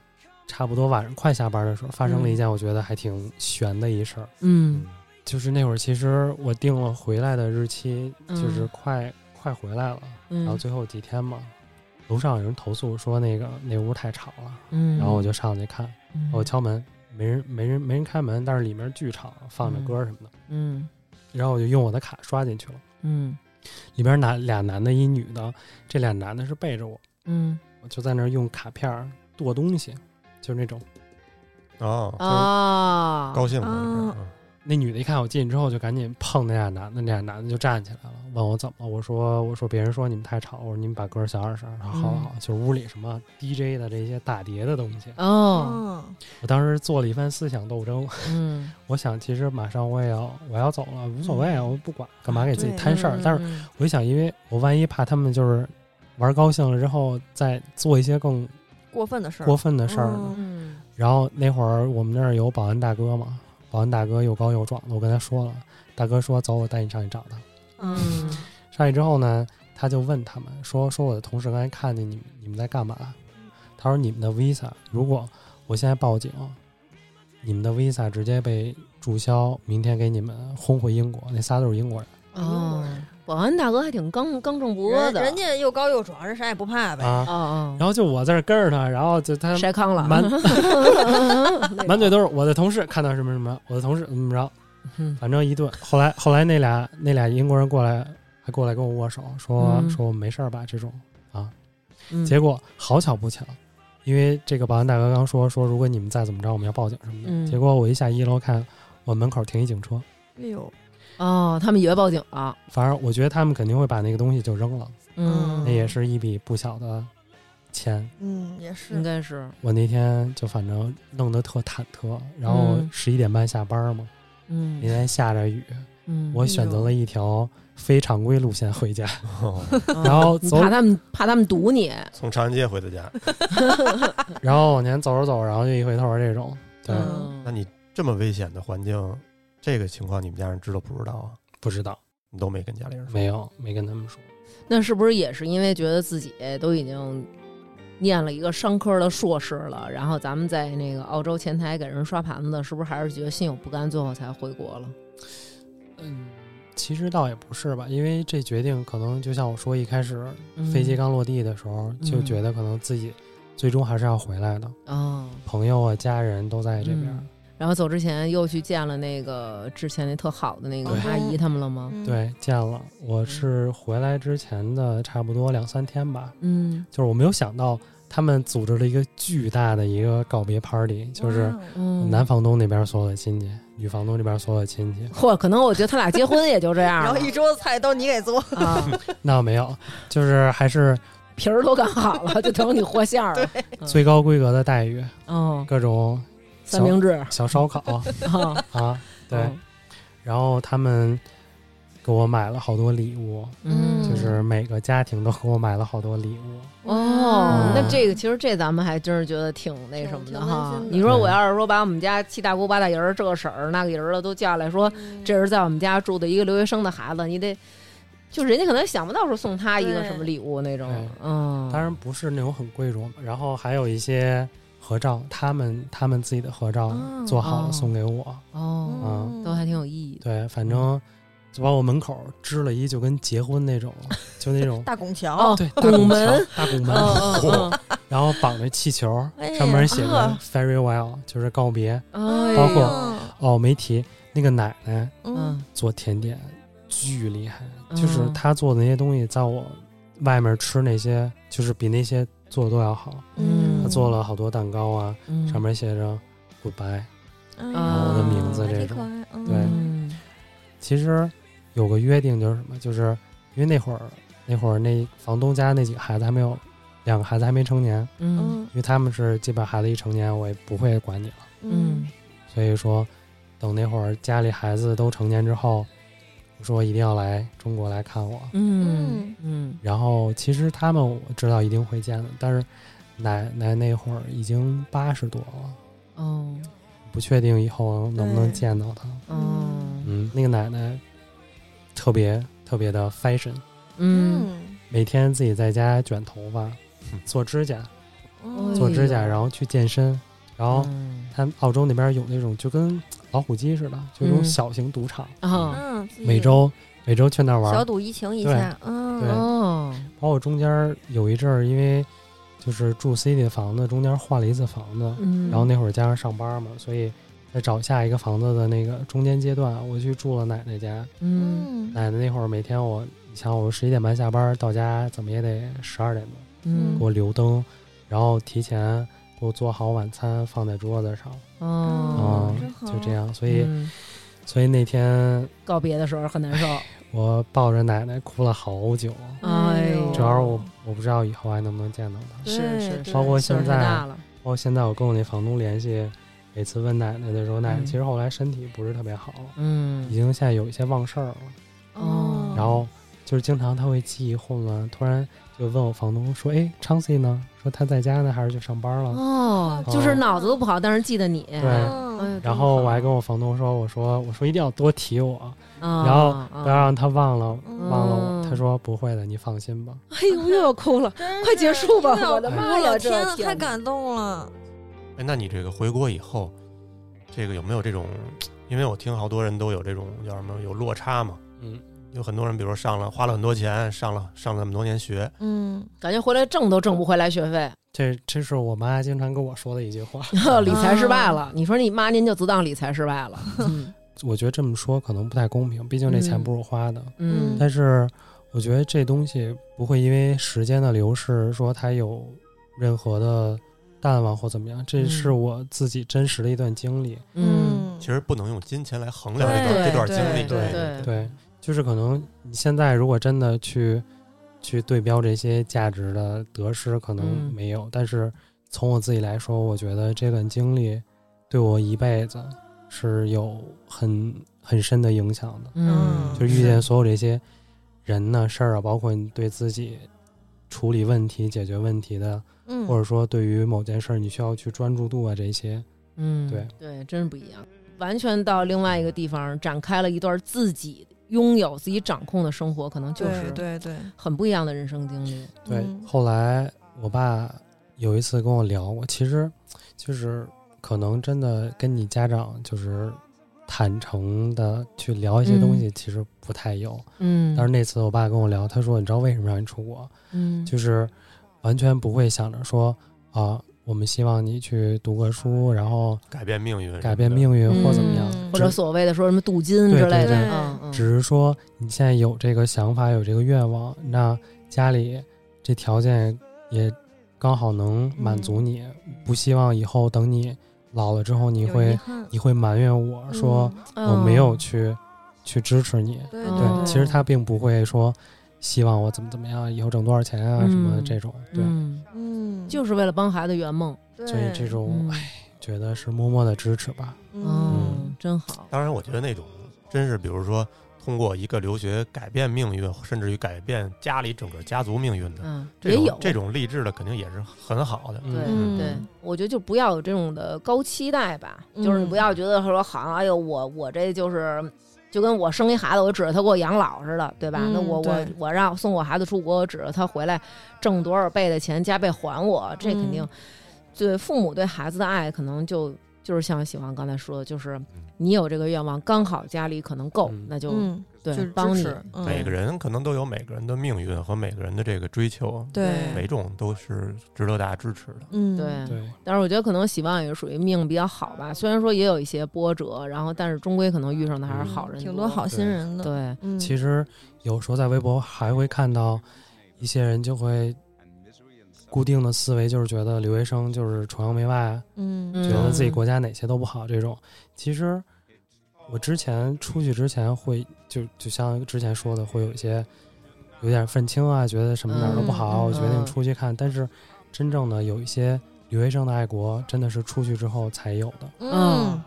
差不多晚上快下班的时候发生了一件我觉得还挺悬的一事儿，嗯就是那会儿其实我定了回来的日期，嗯就是快、快回来了，然后嗯最后几天嘛，楼上有人投诉说那个那屋太吵了，嗯，然后我就上去看，嗯我敲门，没人没人没人开门，但是里面剧场放着歌什么的，嗯然后我就用我的卡刷进去了。嗯里边拿俩男的，一女的，这俩男的是背着我，嗯我就在那儿用卡片儿剁东西，就是那种。哦，啊，高兴了这是啊啊，那女的一看我进去之后，就赶紧碰那俩男的，那俩男的就站起来了，问我怎么了。我说我说别人说你们太吵，我说你们把歌小点声。他说好嗯好，就是屋里什么 DJ 的这些打碟的东西。哦，嗯，我当时做了一番思想斗争，嗯，我想其实马上我也要我要走了，无所谓嗯啊，我不管，干嘛给自己对摊事嗯儿？但是是我一想，因为我万一怕他们就是玩高兴了之后再做一些更嗯过分的事儿，过分的事儿呢。嗯嗯然后那会儿我们那儿有保安大哥嘛，保安大哥又高又壮的，我跟他说了，大哥说走，我带你上去找他。嗯上去之后呢，他就问他们说说我的同事刚才看见你们你们在干嘛？他说你们的 visa 如果我现在报警，你们的 visa 直接被注销，明天给你们轰回英国。那仨都是英国人哦，保安大哥还挺刚刚正不阿人的，人家又高又壮，人啥也不怕呗。啊。哦然后就我在这儿跟着他，然后就他哦，筛糠了， 满满嘴都是我的同事看到什么什么，我的同事怎么着，嗯反正一顿。后来后来那俩那俩英国人过来，还过来跟我握手，说、嗯说我们没事儿吧这种啊。嗯结果好巧不巧，因为这个保安大哥刚说说如果你们再怎么着，我们要报警什么的。嗯结果我一下一楼看，我门口停一警车。哎呦，哦，他们以为报警了，反正我觉得他们肯定会把那个东西就扔了，嗯那，也是一笔不小的钱。嗯，也应是，该是，我那天就反正弄得特忐忑，然后嗯十一点半下班嘛，嗯那天下着雨，嗯，哎我选择了一条非常规路线回家，哦然后嗯你走怕，他们怕他们堵你， 从长安街回的家。然后往前走着走，然后就一回头这种，对，嗯那你这么危险的环境，这个情况你们家人知道不知道啊？不知道，你都没跟家里人说，没有，没跟他们说，那是不是也是因为觉得自己都已经念了一个商科的硕士了，然后咱们在那个澳洲前台给人刷盘子，是不是还是觉得心有不甘，最后才回国了？嗯，其实倒也不是吧，因为这决定可能就像我说一开始嗯飞机刚落地的时候，就觉得可能自己最终还是要回来的，哦，朋友啊、家人都在这边，嗯然后走之前又去见了那个之前那特好的那个对阿姨他们了吗？嗯，对，见了，我是回来之前的差不多两三天吧，嗯，就是我没有想到他们组织了一个巨大的一个告别 party，就是哇哦嗯，男房东那边所有的亲戚，女房东这边所有的亲戚 嚯，可能我觉得他俩结婚也就这 样了然后一桌子菜都你给做，啊，那没有，就是还是皮儿都擀好了，就等你和馅儿了。最高规格的待遇，嗯，各种三明 治小烧 烤啊，啊，对嗯，然后他们给我买了好多礼物，嗯，就是每个家庭都给我买了好多礼物，哦嗯，那这个其实这咱们还真是觉得挺那什么的哈挺挺温。馨的你说我要是说把我们家七大姑八大姨儿这个婶儿那个姨儿的都叫来说，哦哦这是在我们家住的一个留学生的孩子，你得就人家可能想不到说送他一个对什么礼物那种对，嗯，当然不是那种很贵重，然后还有一些合照，他们他们自己的合照哦做好了哦送给我，哦，嗯都还挺有意义的。对，反正就把我门口支了一就跟结婚那种，就 那种嗯大拱桥，哦对，大拱拱门桥，大拱嗯门，嗯然后绑着气球哎，呀上面写着啊呵 farewell，就是告别。嗯，哎哦包括呦哦，没提那个奶奶嗯嗯，做甜点巨厉害，嗯就是她做的那些东西，在我外面吃那些，就是比那些做的都要好。嗯她做了好多蛋糕啊，嗯上面写着 goodbye。嗯啊我的名字还这挺种可爱，嗯对嗯其实有个约定就是什么，就是因为那会儿那会儿那房东家那几个孩子还没有，两个孩子还没成年，嗯嗯因为他们是基本孩子一成年，我也不会管你了。嗯嗯，所以说，等那会儿家里孩子都成年之后，我说一定要来中国来看我。嗯嗯然后其实他们我知道一定会见的，但是奶奶那会儿已经八十多了，哦不确定以后能不能对见到她。哦嗯，那个奶奶特别特别的 fashion，嗯每天自己在家卷头发、做指甲、嗯做指哎甲，呦然后去健身，然后嗯他们澳洲那边有那种就跟老虎机似的，就那种嗯小型赌场，哦嗯，每周每周去那儿玩儿小。赌怡情一下，嗯对哦包括中间儿有一阵儿，因为就是住 C i t y 的房子，中间儿换了一次房子，嗯，然后那会儿加上上班嘛，所以在找下一个房子的那个中间阶段，我去住了奶奶家。嗯嗯奶奶那会儿每天我，你想我十一点半下班到家，怎么也得十二点多，嗯给我留灯，然后提前给我做好晚餐放在桌子上，哦啊、真好就这样。所以，嗯所以那天告别的时候很难受，我抱着奶奶哭了好久，啊哎呦主要是我我不知道以后还能不能见到她。是是是包括岁数现太在大了，包括现在我跟我那房东联系，每次问奶奶的时候，奶奶嗯其实后来身体不是特别好，已嗯经现在有一些忘事儿了。哦嗯然后就是经常她会记忆混乱，突然就问我房东说：“哎，Chansey 呢？说他在家呢，还是去上班了哦，就是脑子都不好，但是记得你，？”对。哎呦嗯，然后我还跟我房东说：“我说我说一定要多提我，然然后哦不要让他忘了、嗯忘了我。”他说：“不会的，你放心吧。哎呦，又要哭了， 快结束吧！我的妈 哎呀，啊呦这天，哪太感动了，哎，那你这个回国以后，这个有没有这种？因为我听好多人都有这种叫什么有落差嘛，”嗯，有很多人比如说上了花了很多钱，上了上了那么多年学，嗯，感觉回来挣都挣不回来学费， 这这是我妈经常跟我说的一句话。理财失败了。你说你妈您就自当理财失败了，嗯我觉得这么说可能不太公平，毕竟这钱嗯不是我花的。嗯但是我觉得这东西不会因为时间的流逝说它有任何的淡忘或怎么样，这嗯是我自己真实的一段经历。嗯，其实不能用金钱来衡量这段对这段经历。对对嗯对，就是可能你现在如果真的去去对标这些价值的得失，可能嗯没有。但是从我自己来说，我觉得这段经历对我一辈子是有很很深的影响的。嗯，就遇见所有这些人呢、事儿啊，包括你对自己处理问题、解决问题的，嗯，或者说对于某件事儿你需要去专注度啊，这些，嗯，对对，真是不一样，完全到另外一个地方展开了一段自己拥有、自己掌控的生活，可能就对是对对，很不一样的人生经历。对。嗯后来我爸有一次跟我聊过，其实就是可能真的跟你家长就是坦诚的去聊一些东西，其实不太有。嗯但是那次我爸跟我聊，他说：“你知道为什么让你出国？”嗯，就是完全不会想着说啊，我们希望你去读个书，然后改变命运，改变命运或怎么样，嗯或者只所谓的说什么镀金之类的对对对，嗯嗯，只是说你现在有这个想法，有这个愿望，那家里这条件也刚好能满足你，不希望以后等你老了之后，你有遗嗯会憾你会埋怨我说、嗯我没有去、去支持你。嗯对对对，哦其实他并不会说希望我怎么怎么样，以后挣多少钱啊、什么嗯这种。对，哦嗯，嗯，就是为了帮孩子圆梦。对所以这种嗯觉得是默默的支持吧。嗯嗯，真好。当然，我觉得那种真是，比如说通过一个留学改变命运，甚至于改变家里整个家族命运的，嗯，这也种有这种励志的，肯定也是很好的。对、嗯对，我觉得就不要有这种的高期待吧，就是嗯你不要觉得说好像哎呦我我这就是。就跟我生一孩子，我指着他给我养老似的，对吧？嗯那我我对我让嗯送我孩子出国，我指着他回来挣多少倍的钱，加倍还我，这肯定对父母对孩子的爱，可能就就是像喜欢刚才说的，就是嗯你有这个愿望，刚好家里可能够，嗯那就、嗯，对就是帮支你持。嗯每个人可能都有每个人的命运和每个人的这个追求，对，每种都是值得大家支持的。嗯，对，对，但是我觉得可能喜旺也是属于命比较好吧，虽然说也有一些波折，然后但是终归可能遇上的还是嗯好人、挺多好心人的。对，嗯，其实有时候在微博还会看到一些人就会固定的思维，就是觉得留学生就是崇洋媚外，嗯，嗯觉得自己国家哪些都不好这种。其实我之前出去之前会就就像之前说的，会有一些有点愤青啊，觉得什么哪儿都不好，嗯嗯我决定出去看。但是真正的有一些留学生的爱国，真的是出去之后才有的。嗯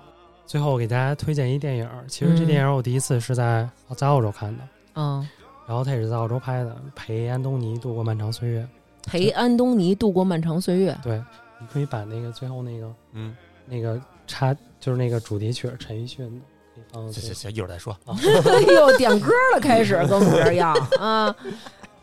最后我给大家推荐一电影儿，其实这嗯电影儿我第一次是在在澳洲看的。嗯，然后他也是在澳洲拍的，陪安东尼度过漫长岁月。陪安东尼度过漫长岁月。对，你可以把那个最后那个嗯，那个插，就是那个主题曲，陈奕迅的，可以放到行行最后。啊行，一会儿再说。 哎呦，点歌了，开始跟我这要 啊！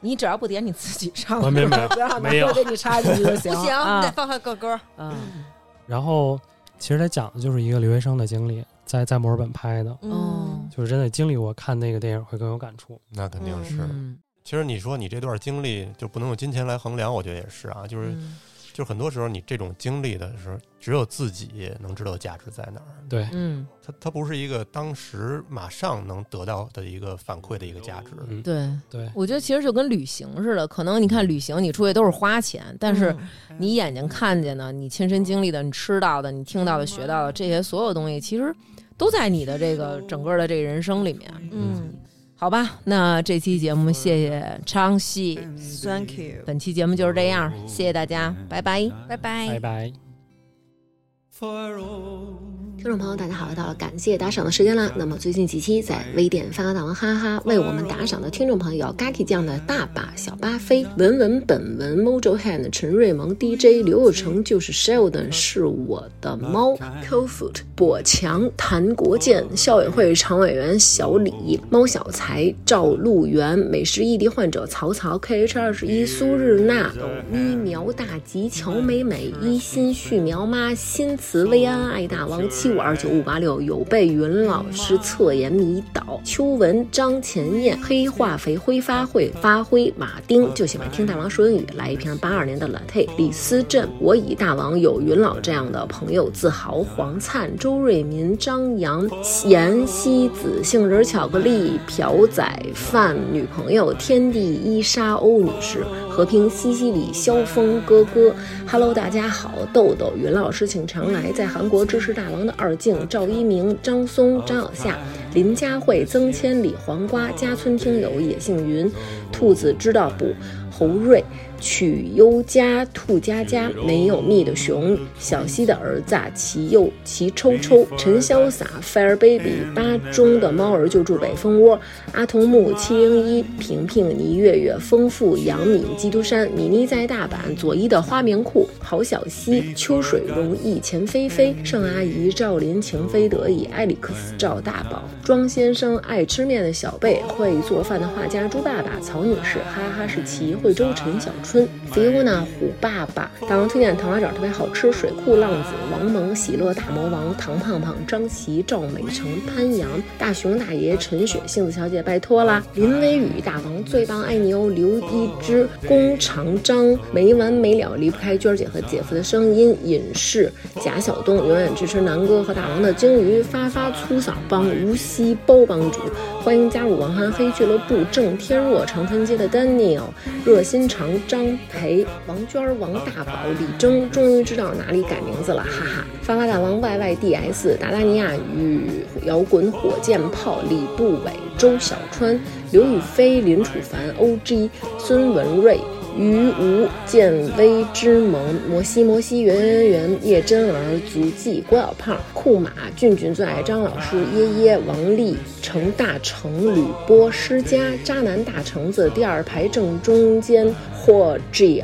你只要不点你自己唱的，我啊没有不要没拿有我给你插进去就不行。行，得啊，放下个歌。嗯 然后其实他讲的就是一个留学生的经历，在在墨尔本拍的，嗯，就是真的经历。我看那个电影会更有感触。那肯定是。嗯其实你说你这段经历就不能用金钱来衡量，我觉得也是啊，就是、嗯就是很多时候你这种经历的时候，只有自己能知道价值在哪儿。对，嗯，它它不是一个当时马上能得到的一个反馈的一个价值。嗯，对，对，我觉得其实就跟旅行似的，可能你看旅行你出去都是花钱，但是嗯你眼睛看见的、你亲身经历的、你吃到的、你听到的、学到的这些所有东西，其实都在你的这个整个的这个人生里面。啊嗯好吧，那这期节目谢谢昌熙， ，Thank you。本期节目就是这样，谢谢大家，拜拜。拜拜拜拜。 For old 听众朋友，大家好，又到了感谢打赏的时间啦。那么最近几期在微店发到哈哈为我们打赏的听众朋友有，Gaki 酱的大把小巴菲、文文、本文、Mojo Hand、陈瑞萌、DJ、刘有成，就是 Sheldon 是我的猫、Cofoot、跛强、谭国建、校委会常委员小李、猫小才、赵路元、美食异地患者曹操、KH 二十一、苏日娜、咪苗大吉、乔美美、一心旭苗妈、新词薇安、爱大王七五二九五八六、有备云老师、侧颜迷倒、邱文、张前燕、黑化肥挥发会、发挥、马丁就喜欢听大王说英语，来一瓶八二年的 latte、李思镇、我以大王有云老这样的朋友自豪、黄灿、周瑞民、张扬、妍希子、杏仁巧克力、朴仔范、女朋友、天地伊莎、欧女士、和平、西西里、萧峰哥哥。Hello，大家好，豆豆、云老师请常来，在韩国支持大王的二静、赵一鸣、张松、张小夏、林佳慧、曾千里、黄瓜、家村听友也姓云、兔子知道不？侯瑞。曲优佳、兔佳佳、没有蜜的熊、小溪的儿子、啊齐佑、齐抽抽、陈潇洒、Fire Baby、巴中的猫儿就住北蜂窝、阿童木、七零一、平平、倪月月、丰富、杨敏、基督山、米妮在大阪、左一的花棉裤、郝小溪、秋水容易、钱菲菲、盛阿姨、赵林、情非得已、艾里克斯、赵大宝、庄先生、爱吃面的小贝、会做饭的画家猪爸爸、曹女士、哈哈士奇、惠州陈小春、迪乌娜虎爸爸。大王推荐的糖花卷特别好吃，水库浪子、王蒙、喜乐大魔王、唐胖胖、张琪、赵美成、潘阳、大熊大爷、陈雪、杏子小姐，拜托啦！林微雨、大王最棒，爱你哦！刘一之、宫长章没完没了，离不开娟儿姐和姐夫的声音。隐士、贾晓东永远支持南哥和大王的鲸鱼，发发粗嗓帮、无锡包帮主，欢迎加入王涵黑俱乐部。郑天若、长春街的 Daniel、热心肠、张培、王娟儿、王大宝、李征，终于知道哪里改名字了，哈哈！发发大王 YYDS、达达尼亚与摇滚火箭炮、李步伟、周小川、刘雨菲、林楚凡、OG、孙文瑞。于无见微之盟，摩西摩西圆圆圆，叶真儿足迹，郭小胖，库马，俊俊最爱张老师，耶耶，王丽，程大成，吕波，施佳，渣男大橙子，第二排正中间，或 GR、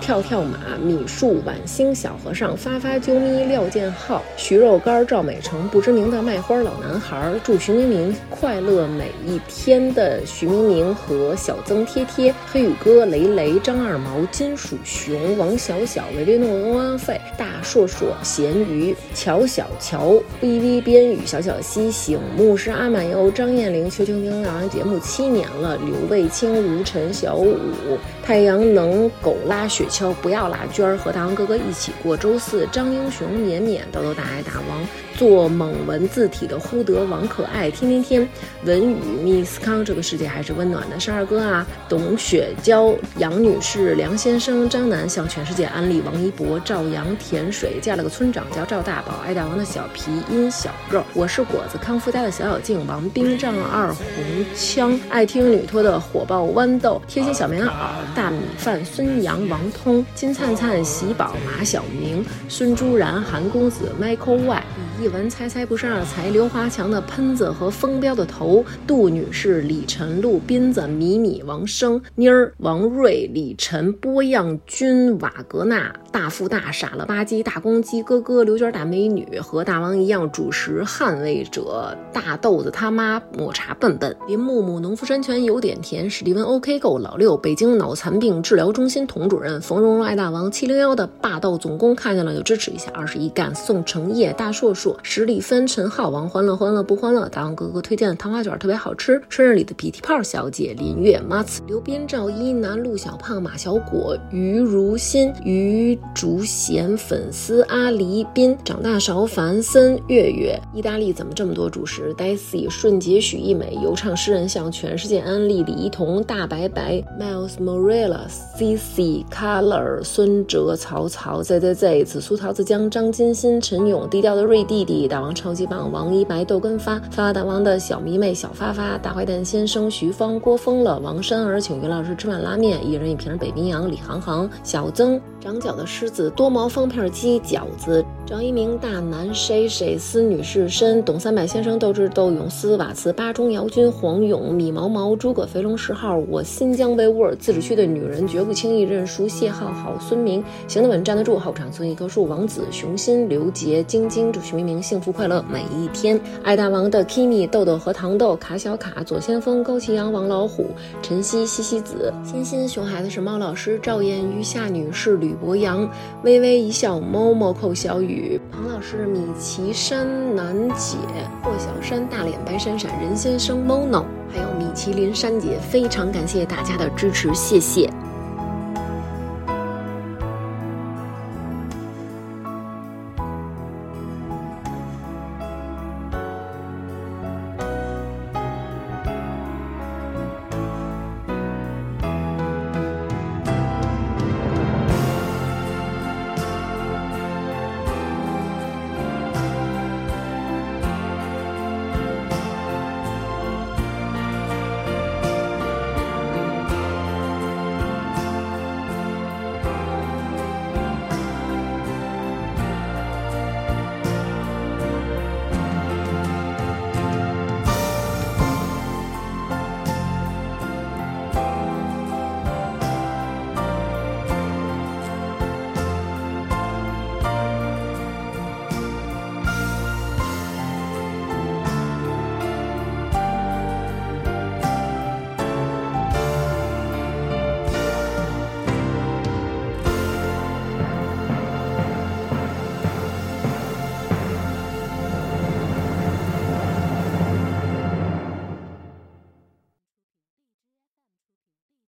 跳跳马、米树、晚星、小和尚、发发啾咪、廖建浩、徐肉干、赵美成、不知名的卖花老男孩、祝徐明明快乐每一天的徐明明和小曾贴贴、黑羽哥、雷雷、张二毛、金属熊、王小小、维维诺恩安费、大硕硕、咸鱼、乔小乔、微微边雨、小小西、醒目是阿满优、张艳玲、邱婷婷，老上节目七年了，刘卫青、吴晨、小五、太阳能、狗拉雪橇、不要拉娟儿和大王哥哥一起过周四，张英雄、绵绵、豆豆大爱大王、做猛文字体的忽德、王可爱、天天天、文宇、Miss 康，这个世界还是温暖的。十二哥啊，董雪娇、杨女士、梁先生、张楠向全世界安利王一博、赵阳、甜水嫁了个村长叫赵大宝，爱大王的小皮殷小肉，我是果子康夫家的小小静、王冰丈二红枪，爱听女托的火爆豌豆，贴心小棉袄、大米饭、孙杨、王通、金灿灿、喜宝、马小明、孙朱然、韩公子、Michael Y。李一文猜猜不是二才，刘华强的喷子和风标的头，杜女士、李晨、陆斌子、米米、王生、妮儿、王瑞、李晨、波漾君、瓦格纳、大富大、傻了吧唧、大公鸡、哥哥、刘娟大美女和大王一样主持捍卫者、大豆子他妈、抹茶笨笨、林木木、农夫山泉有点甜、史蒂文 OK 够、老六、北京脑残病治疗中心童主任、冯蓉蓉、爱大王、七零幺的霸道总攻，看见了就支持一下，二十一干、宋承业、大硕硕、史蒂芬、陈浩王、欢乐欢乐不欢乐，大王哥哥推荐的糖花卷特别好吃，春日里的鼻涕泡小姐、林月、马子、刘边、赵一楠、陆小胖、马小果、于如新、于竹贤、粉丝阿黎斌、长大勺、樊森、月月。意大利怎么这么多主食？Daisy、顺杰、许一美、游唱诗人向全世界安利李一桐、大白白、Miles Morella、CC、Color、孙哲、曹操、ZZZ、紫苏桃子酱、张金鑫、陈勇、低调的瑞弟弟、大王超级棒、王一白、豆根发、发发大王的小迷妹、小发发、大坏蛋先生、徐芳、郭峰了、王珊儿，请于老师吃碗拉面，一人一瓶北冰洋、李航航、小曾、长脚的狮子、多毛方片鸡、饺子、赵一鸣、大男谁谁、思女士身、董三百先生、斗智斗勇、斯瓦茨、巴中姚军、黄勇、米毛毛、诸葛肥龙十号、我新疆维吾尔自治区的女人绝不轻易认输、谢浩好、孙明、行得稳站得住、后场村一棵树、王子、熊心、刘杰、晶晶，祝徐明明幸福快乐每一天。爱大王的 Kimi、豆豆和糖豆、卡小卡、左先锋、高启阳、王老虎、晨曦、西西子、欣欣、熊孩子是猫老师、赵燕瑜、夏女士、吕博洋、微微一笑、猫猫寇小雨、庞老师、米奇山楠姐、霍小山、大脸白闪闪、任先生、Mono，还有米其林山姐，非常感谢大家的支持，谢谢。